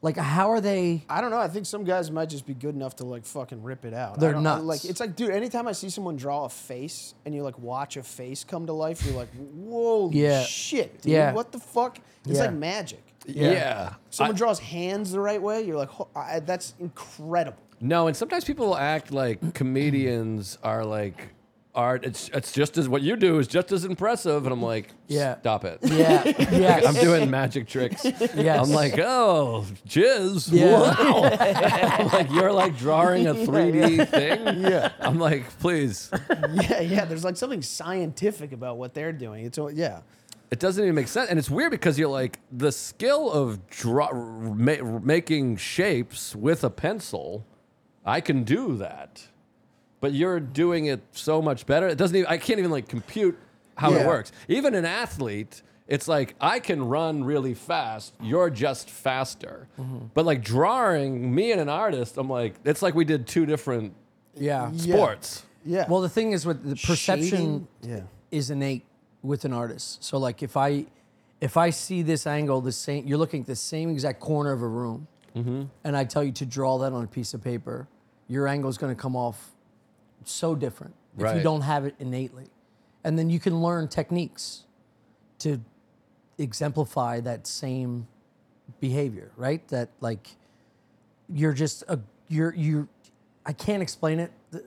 B: Like, how are they?
C: I don't know. I think some guys might just be good enough to like fucking rip it out. I
B: They're
C: don't-
B: nuts.
C: Like it's like, dude. Anytime I see someone draw a face and you like watch a face come to life, you're like, whoa,
B: Yeah.
C: shit, dude.
B: Yeah.
C: What the fuck? It's
B: Yeah.
C: like magic.
A: Yeah.
C: Someone draws hands the right way, you're like, ho- I, that's
B: [laughs]
C: incredible.
A: No, and sometimes people act like comedians are like art. It's it's just as what you do is just as impressive, and I'm like,
B: Yeah.
A: stop it.
B: Yeah. [laughs] yes.
A: I'm doing magic tricks.
B: Yes.
A: I'm like, oh, jizz.
B: Yeah.
A: Wow. I'm like you're like drawing a 3D thing. Yeah. I'm like, please.
C: yeah, yeah. There's like something scientific about what they're doing. It's all- yeah.
A: It doesn't even make sense, and it's weird because you're like the skill of draw, ma- making shapes with a pencil. I can do that, but you're doing it so much better. It doesn't even. I can't even like compute how it
C: Yeah.
A: works. Even an athlete, it's like I can run really fast. You're just faster.
C: Mm-hmm.
A: But like drawing, me and an artist, I'm like it's like we did two different
B: yeah.
C: Yeah.
A: sports.
C: Yeah.
B: Well, the thing is with the perception
C: Shading? Yeah.
B: is innate with an artist. So like if I if I see this angle, the same you're looking at the same exact corner of a room, and I tell you to draw that on a piece of paper, your angle is going to come off so different if
A: Right.
B: you don't have it innately, and then you can learn techniques to exemplify that same behavior, right? That like you're just a you're you I can't explain it th-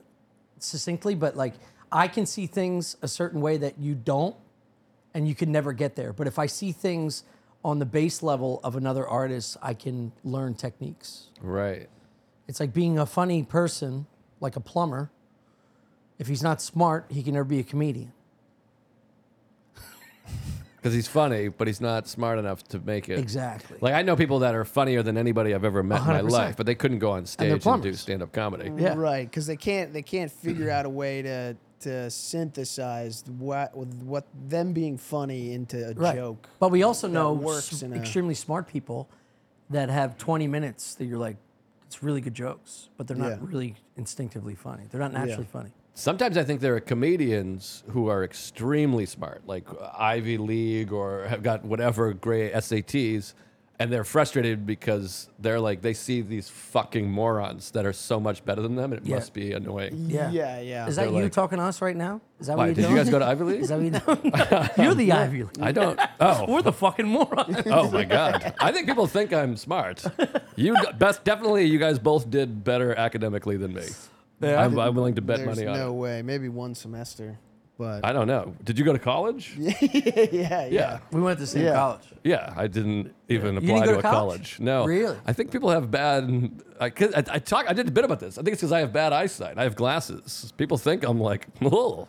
B: succinctly, but like I can see things a certain way that you don't and you can never get there. But if I see things on the base level of another artist, I can learn techniques.
A: Right.
B: It's like being a funny person, like a plumber. If he's not smart, he can never be a comedian.
A: Because he's funny, but he's not smart enough to make it.
B: Exactly.
A: Like I know people that are funnier than anybody I've ever met in my
B: 100%.
A: life, but they couldn't go on
B: they're
A: stage and, do
B: plumbers. Mm-hmm.
A: stand-up comedy.
B: Yeah.
C: Right, because they can't they can't figure out a way to to synthesize what what them being funny into a
B: right.
C: joke.
B: But we also know
C: works
B: s-
C: in a-
B: extremely smart people that have 20 minutes that you're like, it's really good jokes, but they're not
C: Yeah.
B: really instinctively funny. They're not naturally funny.
A: Sometimes I think there are comedians who are extremely smart, like Ivy League or have got whatever great SATs, and they're frustrated because they're like they see these fucking morons that are so much better than them, and it
B: Yeah.
A: must be annoying.
C: Yeah, yeah.
B: Is that
A: They're
B: you
A: like-
B: talking to us right now? Is that
A: Why
B: what you're
A: did
B: doing?
A: you guys go to Ivy League?
B: [laughs] Is that what you're doing? [laughs] you're the Ivy League.
A: [laughs] I don't. Oh,
B: [laughs] We're the fucking
C: [laughs]
B: morons.
A: Oh my god! I think people think I'm smart. You d- best definitely. You guys both did better academically than me. I'm, I'm willing to bet
C: There's
A: money on
C: no
A: it.
C: way. Maybe one semester, but
A: I don't know. Did you go to college? Yeah,
C: [laughs] yeah, yeah.
B: we went to the same
C: Yeah.
B: college.
A: Yeah, I didn't even
B: didn't
A: apply
B: go
A: to,
B: to
A: a
B: college?
A: college. No,
B: Really?
A: I think people have bad. I, 'cause I, I talk. I did a bit about this. I think it's because I have bad eyesight. I have glasses. People think I'm like, [laughs] oh,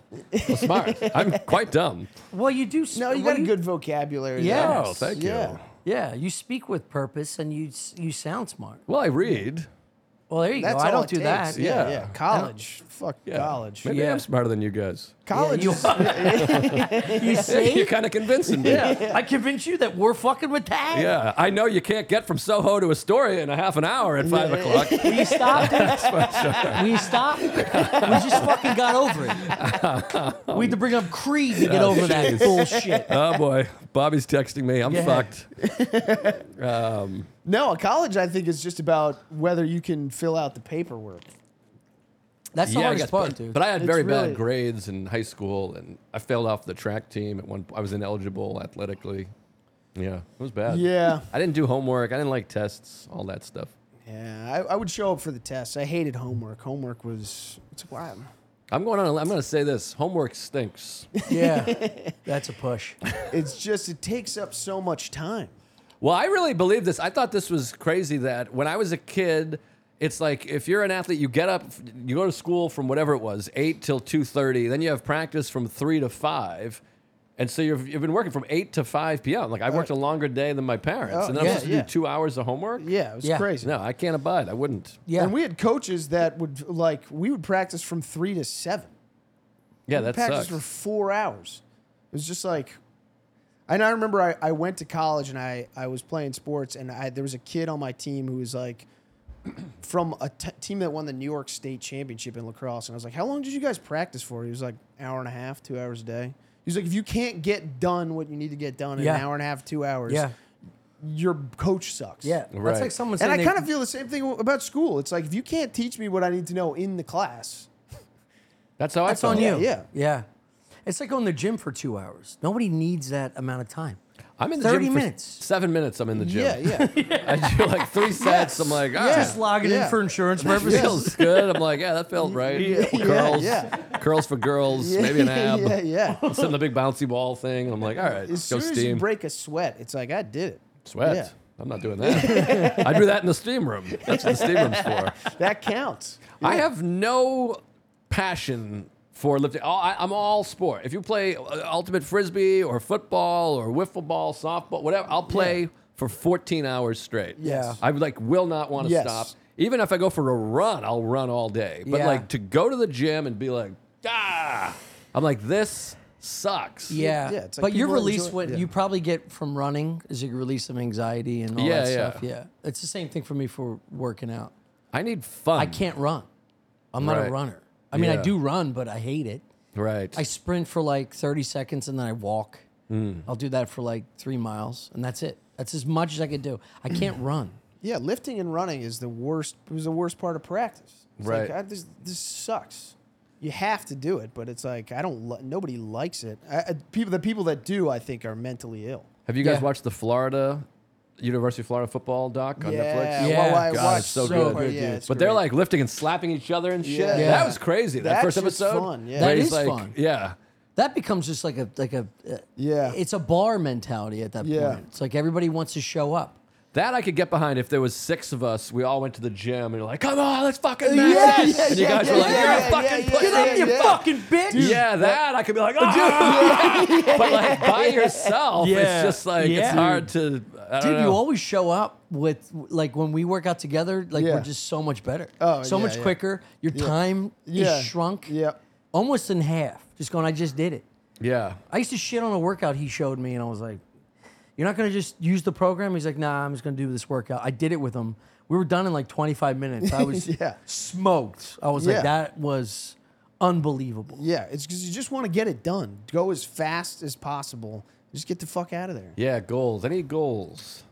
A: I'm smart. I'm quite dumb.
B: Well, you do. s-
C: No, you
B: what
C: got
B: do
C: a good vocabulary.
B: Yeah.
C: there.
A: Oh, thank
C: Yeah.
A: you.
B: Yeah, you speak with purpose and you s- you sound smart.
A: Well, I read.
B: Well, there you
C: That's
B: go.
C: all
B: I don't
C: it
B: do
C: takes.
B: that.
C: Yeah,
A: Yeah.
C: yeah. College. Fuck
A: Yeah.
C: college.
A: Maybe
B: Yeah.
A: I'm smarter than you guys.
C: College.
B: you
C: is- [laughs]
B: You
A: [laughs] You're
B: see?
A: kind of convincing me.
B: yeah. I convince you that we're fucking with tag.
A: Yeah, I know you can't get from Soho to Astoria in a half an hour at five o'clock.
B: We
C: [laughs]
B: stopped it. we stopped. We just fucking got over it. We had to bring up Creed to get
C: Oh,
B: over that bullshit.
A: Oh boy, Bobby's texting me. I'm
B: Yeah.
A: fucked.
C: no, a college. I think is just about whether you can fill out the paperwork.
B: That's the
A: I
B: hardest
A: guess,
B: part,
A: but,
B: dude.
A: but I had
C: It's
A: very
C: really-
A: bad grades in high school, and I failed off the track team at one. I was ineligible athletically. Yeah, it was bad.
C: Yeah.
A: I didn't do homework. I didn't like tests. All that stuff.
C: Yeah, I, I would show up for the tests. I hated homework. Homework was it's wow.
A: I'm going on. a- I'm going to say this. Homework stinks.
C: [laughs]
B: yeah, that's a push.
C: It's just it takes up so much time.
A: Well, I really believe this. I thought this was crazy that when I was a kid, it's like if you're an athlete, you get up, you go to school from whatever it was, 8 till 2:30, then you have practice from 3 to 5. And so you've, you've been working from 8 to 5 p.m. Like I worked a longer day than my parents.
C: Oh,
A: and then
C: yeah,
A: I'm supposed
C: yeah.
A: to do 2 hours of homework?
C: Yeah, it was
B: Yeah.
C: crazy.
A: No, I can't abide. I wouldn't.
B: Yeah,
C: And we had coaches that would like we would practice from three to seven.
A: Yeah,
C: We
A: that
C: practiced
A: sucks.
C: for four hours. It was just like and I remember I, I went to college and I, I was playing sports and I there was a kid on my team who was like [clears throat] from a t- team that won the New York State Championship in lacrosse. And I was like, How long did you guys practice for? He was like, hour and a half, two hours a day. He was like, If you can't get done what you need to get done in
B: Yeah.
C: an hour and a half, two hours,
B: yeah,
C: your coach sucks.
B: yeah. That's
A: Right.
B: like someone
C: And
B: saying
C: I
B: they-
C: kind of feel the same thing about school. It's like if you can't teach me what I need to know in the class,
A: that's how
B: That's
A: I
B: on
A: felt.
B: you.
C: Yeah, yeah.
B: yeah. It's like going to the gym for two hours. Nobody needs that amount of time.
A: I'm in the
B: 30
A: gym for
B: minutes.
A: 7 minutes I'm in the gym.
C: yeah, yeah.
A: [laughs] I do like 3 sets. I'm like, ah,
B: Just logging
C: yeah.
B: in for insurance
A: It
B: purposes.
A: feels good. I'm
C: [laughs]
A: like, yeah, that felt right.
C: yeah,
A: curls,
C: yeah.
A: curls for girls, maybe an ab.
C: [laughs] Yeah, yeah.
A: Send the big bouncy ball thing. I'm like, all right,
C: As
A: go
C: soon as you
A: steam.
C: break a sweat, it's like I did it.
A: Sweat.
C: yeah.
A: I'm not doing that. I do that in the steam room. That's what the steam room's
C: [laughs]
A: for.
C: That counts.
A: I have no passion for lifting. All- I, I'm all sport. If you play uh, ultimate frisbee or football or wiffle ball, softball, whatever, I'll play for 14 hours straight.
B: Yes.
A: I like will not want to
C: Yes.
A: stop. Even if I go for a run, I'll run all day. But
B: Yeah.
A: like to go to the gym and be like, ah, I'm like this sucks.
B: Yeah,
C: Yeah, it's like
B: but your
C: people
B: release,
C: enjoy-
B: what
C: yeah.
B: you probably get from running is your release of anxiety and all
A: Yeah,
B: that
A: yeah.
B: stuff. Yeah, it's the same thing for me for working out.
A: I need fun.
B: I can't run. I'm not a
A: Right.
B: runner. I mean, I
A: Yeah.
B: do run, but I hate it.
A: Right.
B: I sprint for like 30 seconds and then I walk.
A: Mm.
B: I'll do that for like three miles, and that's it. That's as much as I can do. I can't [clears throat] run.
C: Yeah, lifting and running is the worst. Was the worst part of practice. It's
A: Right.
C: Like, I, this this sucks. You have to do it, but it's like I don't. Li- nobody likes it. I, I, people, the people that do, I think, are mentally ill.
A: have you guys
B: Yeah.
A: watched the Florida University of Florida football doc on Netflix?
C: Yeah,
B: Yeah.
C: Well, I
A: God,
C: watched
A: it's so
C: so
A: good.
C: far, yeah,
B: Dude.
C: it's
A: But they're
C: great.
A: like lifting and slapping each other and shit.
C: Yeah.
A: That was crazy. That
C: That
A: first
C: shit's
A: episode.
C: fun, yeah.
A: Where
B: That
A: he's
B: is
A: like,
B: fun.
A: Yeah.
B: That becomes just like a like a uh,
C: Yeah.
B: It's a bar mentality at that
C: Yeah.
B: point. It's like everybody wants to show up.
A: That I could get behind if there was six of us. We all went to the gym and you're like, "Come on, let's fucking mash!"
C: Yes,
A: it." and you
C: yeah,
A: guys
C: yeah,
A: were like,
C: yeah,
A: "You're a
C: yeah,
A: fucking
C: yeah,
A: pussy."
B: Get up, you
C: yeah.
B: fucking bitch!
A: yeah, that I could be like,
C: [laughs]
A: "Ah!" but like by yourself,
B: Yeah.
A: it's just like
B: Yeah.
A: it's hard to. I don't
B: Dude, you
A: know.
B: always show up with like when we work out together. Like
C: Yeah.
B: we're just so much better,
C: Oh,
B: so
C: yeah,
B: much
C: yeah.
B: quicker. Your time
C: Yeah.
B: is shrunk,
C: Yep.
B: almost in half. Just going, I just did it.
A: yeah,
B: I used to shit on a workout he showed me, and I was like, "You're not gonna just use the program?" He's like, "Nah, I'm just gonna do this workout." I did it with him. We were done in like 25 minutes. I was
C: [laughs] Yeah.
B: smoked. I was
C: Yeah.
B: like, "That was unbelievable."
C: Yeah, it's because you just want to get it done. Go as fast as possible. Just get the fuck out of there.
A: yeah. Goals. I need
B: [laughs]
A: goals.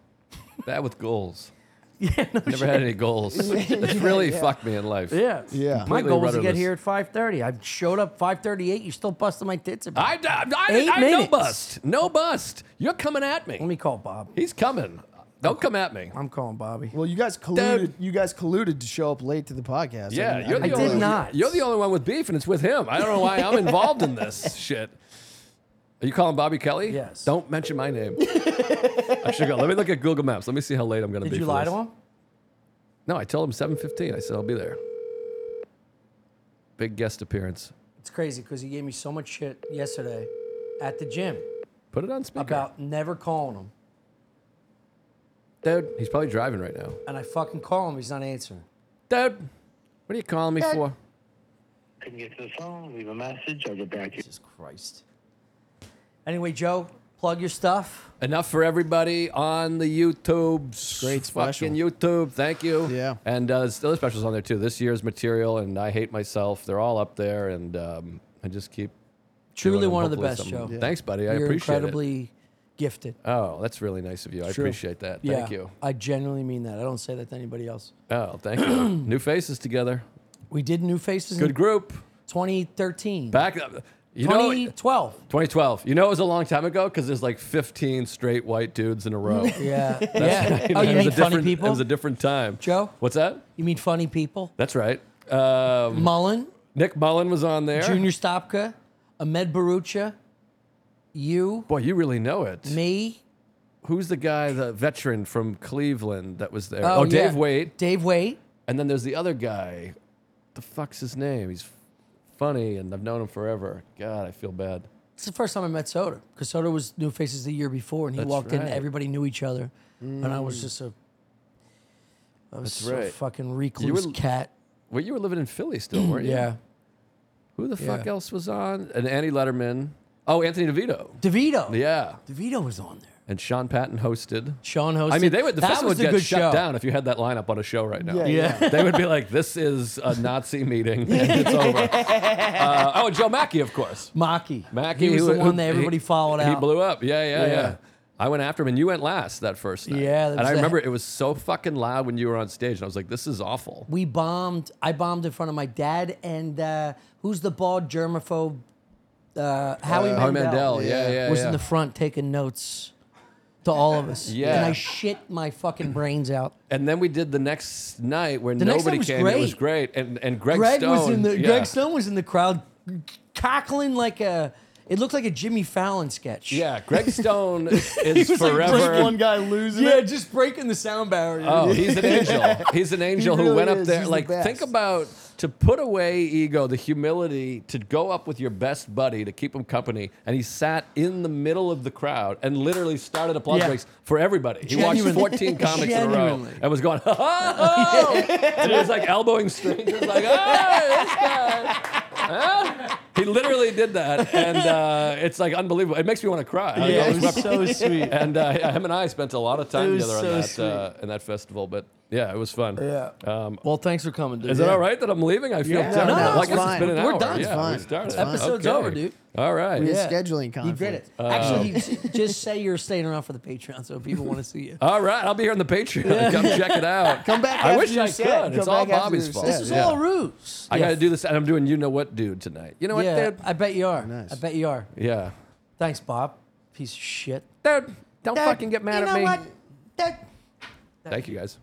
A: Bad with goals.
B: Yeah, no
A: Never
B: shit.
A: had any
B: [laughs]
A: goals. It's really fucked me in life.
B: yeah,
C: Yeah.
B: My
A: Completely
B: goal was to get
A: rudderless.
B: here at 5:30. I showed up 5:38. You still busting my tits about.
A: I, I,
B: Eight
A: I, I no
B: minutes.
A: bust. No bust. You're coming at me.
B: Let me call Bob.
A: He's coming. Don't come at me.
B: I'm calling Bobby.
C: Well, you guys colluded. You guys colluded to show up late to the podcast.
A: Yeah,
C: mean,
A: you're the
B: I did
A: only,
B: not.
A: You're the only one with beef, and it's with him. I don't know why I'm involved in
B: [laughs]
A: this shit. Are you calling Bobby Kelly?
B: Yes.
A: Don't mention my name. I should go. Let me look at Google Maps. Let me see how late I'm gonna
B: Did
A: be.
B: you
A: for
B: lie
A: this.
B: to him?
A: No, I told him 7:15. I said I'll be there. Big guest appearance.
B: It's crazy because he gave me so much shit yesterday at the gym
A: Put it on speaker.
B: about never calling him.
A: Dude, he's probably driving right now.
B: And I fucking call him. He's not answering.
A: Dude, what are you calling me for?
D: Couldn't get to the phone. Leave a message. I'll get back to you.
B: Jesus Christ. Anyway, Joe, plug your stuff.
A: Enough for everybody on the YouTube.
C: Great special.
A: Fucking YouTube. Thank you.
C: Yeah.
A: And uh, there's other specials on there too. This year's material and I Hate Myself. They're all up there. And um, I just keep. doing
B: Truly
A: them.
B: one of the
A: Hopefully
B: best,
A: some-
B: Joe.
A: Thanks, buddy. I
B: You're
A: appreciate it.
B: incredibly gifted.
A: Oh, that's really nice of you. I
C: True.
A: appreciate that.
B: Yeah,
A: Thank you.
B: I genuinely mean that. I don't say that to anybody else.
A: Oh, thank
B: [clears throat]
A: you. New faces together.
B: We did New Faces
A: Good
B: in
A: group.
B: 2013.
A: Back up. You know,
B: 2012.
A: 2012. You know, it was a long time ago because there's like 15 straight white dudes in a row.
B: [laughs]
A: [laughs]
B: yeah. yeah.
A: You know,
B: Oh, you
A: it was
B: mean
A: a
B: funny
A: different- It was
B: people?
A: a different time.
B: Joe?
A: What's that?
B: You mean funny people?
A: That's right. Um,
B: Mullen,
A: Nick Mullen was on there.
B: Junior Stopka, Ahmed Barucha, you,
A: Boy, you really know it.
B: me.
A: Who's the guy, the veteran from Cleveland that was there?
B: Oh,
A: Oh, Dave
B: yeah.
A: Waite.
B: Dave Waite.
A: And then there's the other guy. The fuck's his name? He's funny and I've known him forever. God, I feel bad.
B: It's the first time I met Soda because Soda was New Faces the year before, and he
A: That's
B: walked in.
A: right. Mm.
B: Everybody knew each other, and I was just a, I was so
A: right.
B: fucking recluse
A: were-
B: cat.
A: Well, you were living in Philly
B: [clears throat]
A: still, weren't you?
B: Yeah,
A: Who the fuck
B: Yeah.
A: else was on? And Annie Letterman. Oh, Anthony DeVito.
B: Devito.
A: Yeah.
B: Devito was on there.
A: And Sean Patton hosted.
B: Sean hosted.
A: I mean, they would. The
B: that
A: festival
B: was
A: would
B: a
A: get
B: good
A: shut
B: show.
A: down if you had that lineup on a show right now.
C: Yeah,
B: Yeah.
A: they would be like, "This is a Nazi meeting.
B: [laughs]
A: and it's over." Uh, oh, and Joe Mackey, of course.
B: Maki.
A: Mackey
B: He was
A: who-
B: the
A: who-
B: one that everybody followed
A: He
B: out.
A: blew up. Yeah, yeah, yeah,
B: Yeah.
A: I went after him, and you went last that first night.
B: Yeah, that
A: and
B: was
A: I
B: the-
A: remember it was so fucking loud when you were on stage, and I was like, "This is awful."
B: we bombed. I bombed in front of my dad and uh, who's the bald germaphobe? Uh, Howie
A: Oh,
B: Mandel.
A: Mandel. Yeah, yeah,
B: was
A: yeah.
B: in the front taking notes to all of us.
A: Yeah.
B: And I shit my fucking brains out.
A: and then we did the next night where
B: next
A: nobody
B: night was
A: came. It was great, and and Greg,
B: Greg
A: Stone
B: was in the
A: yeah.
B: Greg Stone was in the crowd cackling like a it looked like a Jimmy Fallon sketch.
A: Yeah, Greg
B: [laughs]
A: Stone is forever.
C: guy losing.
B: Yeah, just breaking the sound barrier. [laughs]
A: Oh, he's an angel. He's an angel who
C: really
A: went up
C: is.
A: there.
C: He's the
A: like,
C: best.
A: think about to put away ego, the humility to go up with your best buddy to keep him company, and he sat in the middle of the crowd and literally started applause
B: Yeah.
A: breaks for everybody. He
B: Genuinely.
A: watched 14 comics in a row
B: Genuinely.
A: and was going, [laughs] oh, and he was like elbowing strangers, like, oh, this guy. Huh? He literally did that, and uh, it's like unbelievable. It makes me want to cry. I
B: Yeah,
A: always
B: it was so
A: [laughs]
B: sweet.
A: and uh, yeah, him and I spent a lot of time
B: It was
A: together
B: so
A: on that
B: sweet.
A: uh, in that festival. But yeah, it was fun.
B: Yeah.
A: Um,
B: Well, thanks for coming, dude.
A: is it all right that I'm leaving? I feel
C: Yeah.
A: terrible.
B: No, no,
A: I
B: it's
A: guess
C: fine.
A: it's been an
B: We're
A: hour.
B: done.
A: Yeah,
B: It's
C: fine.
A: We started.
B: Episode's
A: Okay.
B: over, dude.
A: All right. Uh,
C: We
B: Yeah.
C: had scheduling conflict.
B: You did it. Actually, you- [laughs] just say you're staying around for the Patreon so people want to see you.
A: All right. I'll be here on the
B: [laughs]
A: Patreon. Come check it out.
C: Come back
A: I
C: after
A: wish
C: your
A: I
C: set.
A: could.
C: Come
A: It's all
C: back after
A: Bobby's
C: your
A: fault.
C: set.
B: This is
A: Yeah.
B: all ruse.
A: I got to do this, and I'm doing you know what, dude, tonight. You know what,
B: Yeah,
A: dude?
B: I bet you are.
C: Nice.
B: I bet you are.
A: Yeah.
B: Thanks, Bob. Piece of shit.
A: Dude, don't fucking get mad at
B: you know
A: me.
B: What? Dude,
A: Thank you guys.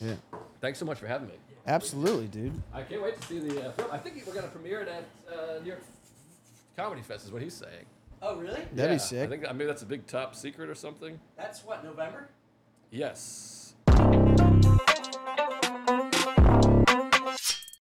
C: Yeah.
A: Thanks so much for having me.
C: Absolutely, dude.
A: I can't wait to see the uh, film. I think we're going to premiere it at uh, New York Comedy Fest is what he's saying.
B: Oh, really?
C: That'd
A: Yeah,
C: be
A: I
C: sick.
A: think I mean that's a big top secret or something.
B: That's what November.
A: Yes.